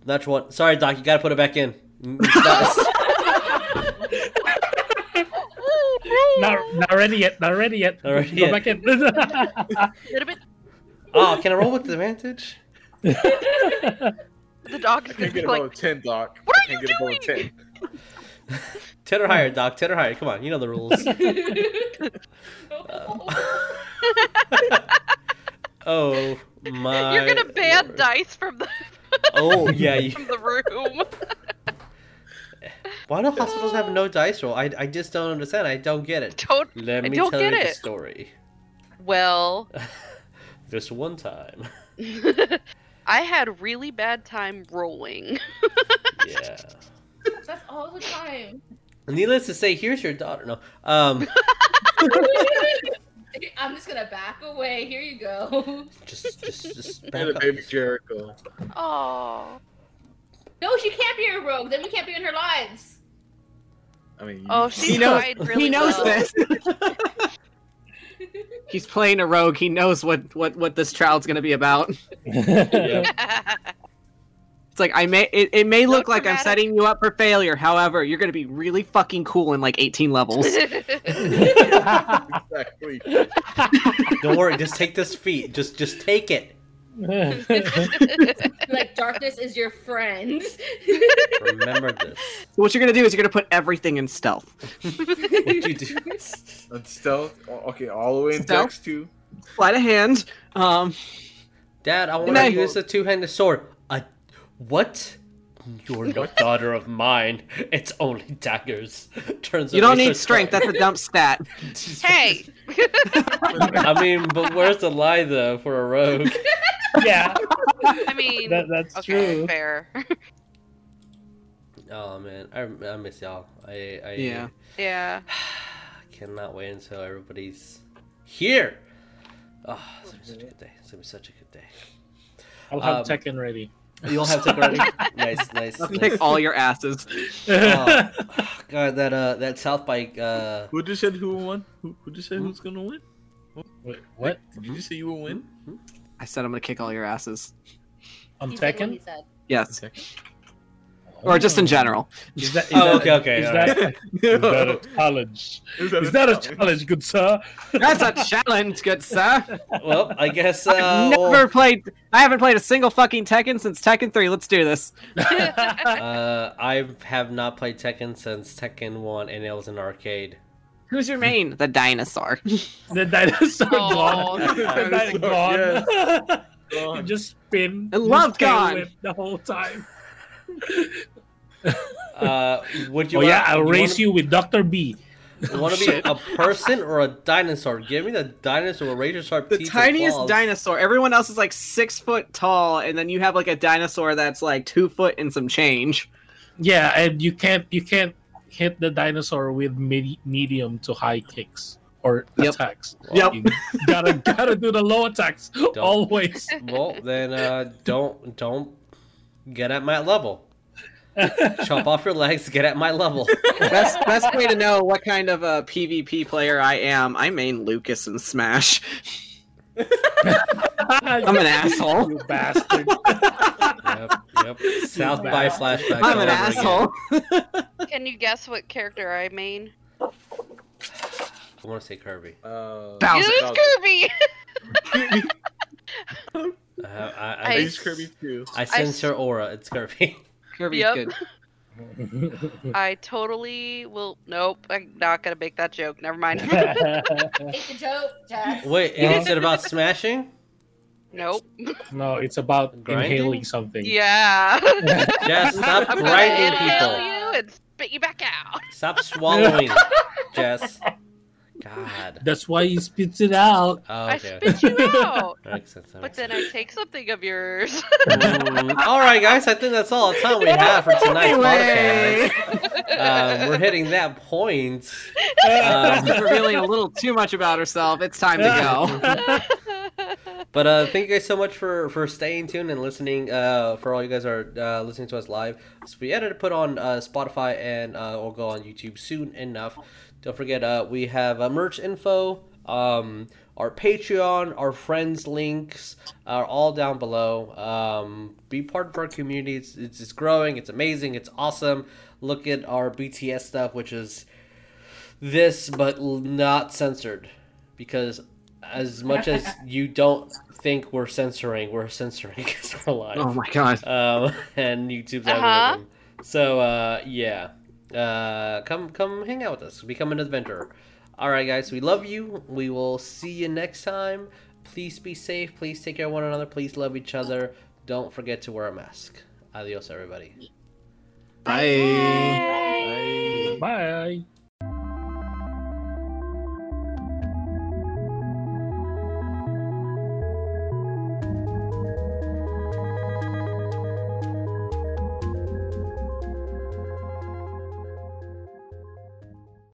Natural one. Sorry, Doc. You gotta put it back in. not, not ready yet. Not ready yet. Not ready Go yet. back in. little bit. oh, can I roll with disadvantage? The dog I is can't gonna get be above like, a ten, Doc. "What I are can't you get above a doing?" ten. Ten or higher, Doc. Ten or higher. Come on, you know the rules. Uh, Oh my! you're gonna ban lord. dice from the Oh yeah. You, from the room. why do hospitals have no dice roll? I, I just don't understand. I don't get it. Don't. Let I me don't tell get you the it. story. Well, This one time. I had really bad time rolling. Yeah. That's all the time. Needless to say, here's your daughter. No. Um. I'm just gonna back away. Here you go. Just just just back And a up. baby Jericho. Oh. No, she can't be a rogue. Then we can't be in her lives. I mean, you- Oh, she He knows- tried really he knows well. this. He's playing a rogue. He knows what what what this child's gonna be about. Yeah. It's like I may it, it may So look like I'm dramatic. setting you up for failure. However, you're gonna be really fucking cool in like 18 levels. exactly. Don't worry. Just take this feet. Just just take it. Like darkness is your friend. Remember this. what you're gonna do is you're gonna put everything in stealth. What you do? On stealth. o- Okay, all the way in Stealth? dex too. Sleight of hand. Um, Dad, I want No. to use a two-handed sword. A what? You're no daughter of mine. It's only daggers. Turns. you away don't so need strength. That's a dumb stat. strong. hey, I mean, but where's the lie though for a rogue? yeah, I mean, that, that's okay, true. fair. Oh man, I, I miss y'all. I, I Yeah. yeah. cannot wait until everybody's here. Oh, it's gonna be such a good day. It's gonna be such a good day. I'll have Um, check in ready. You'll have to run. nice, nice. nice. Kick all your asses. Oh, God, that uh, that South Bike uh. Who just said who won? Who, who just Hmm? said who's gonna win? Wait, what? Did you just say you will win? Hmm? I said I'm gonna kick all your asses. On He said what he Tekken? said. Yes, Okay. or just in general. Is that, is Oh, that- okay, okay, Is all that, is that a No. challenge? Is Is that a challenge? challenge, good sir? That's a challenge, good sir. Well, I guess uh. I've we'll- never played. I haven't played a single fucking Tekken since Tekken 3. Let's do this. Uh, I have not played Tekken since Tekken 1 and it was an arcade. Who's your main? The dinosaur. The dinosaur Oh. gone. The Dinosaur, dinosaur gone. Gone. just spin. I love just tail gone. whip The whole time. Uh, would you oh, want, yeah, I'll race you Oh, with Dr. B. Want to be a person or a dinosaur? Give me the dinosaur with razor sharp The teeth. and tiniest claws. dinosaur. Everyone else is like six foot tall, and then you have like a dinosaur that's like two foot and some change. Yeah, and you can't you can't hit the dinosaur with medi- medium to high kicks or Yep. attacks. Yep. You gotta gotta do the low attacks always. Well, then uh, don't don't get at my level. Chop off your legs. Get at my level. best best way to know what kind of a PvP player I am. I main Lucas in Smash. I'm an asshole. you bastard. Yep, yep. South by flashback. I'm an all over again. asshole. Can you guess what character I mean? I want to say Kirby. Uh, Bowser. Use Kirby. I, I, I, I use Kirby too. I sense your aura. It's Kirby. Kirby's Yep. good. I totally will. Nope, I'm not gonna make that joke. Never mind. It's a joke, Josh. Wait, and is it about smashing? nope. No, it's about Grinding? inhaling something. Yeah. Jess, stop I'm grinding gonna inhale people. you and spit you back out. Stop swallowing, Jess. God. That's why he spits it out. Oh, I okay. okay. spit you out. That makes sense. that But makes then sense. I take something of yours. Mm, all right, guys. I think that's all the time we have for tonight's Anyway. podcast. Um, we're hitting that point. She's Um, Uh, revealing a little too much about herself. It's time to go. but uh, thank you guys so much for for staying tuned and listening. Uh, for all you guys are uh, listening to us live, so we edited put on uh, Spotify and uh, will go on YouTube soon enough. Don't forget, uh, we have uh, merch info, um, our Patreon, our friends links are all down below. Um, be part of our community. It's, it's it's growing. It's amazing. It's awesome. Look at our BTS stuff, which is this but l- not censored because as much as you don't think we're censoring, we're censoring because we're live. Oh my god. Um, and YouTube's Uh-huh. algorithm. So uh, yeah, uh, come come hang out with us. Become an adventurer. All right, guys, we love you. We will see you next time. Please be safe. Please take care of one another. Please love each other. Don't forget to wear a mask. Adios, everybody. Bye. Bye.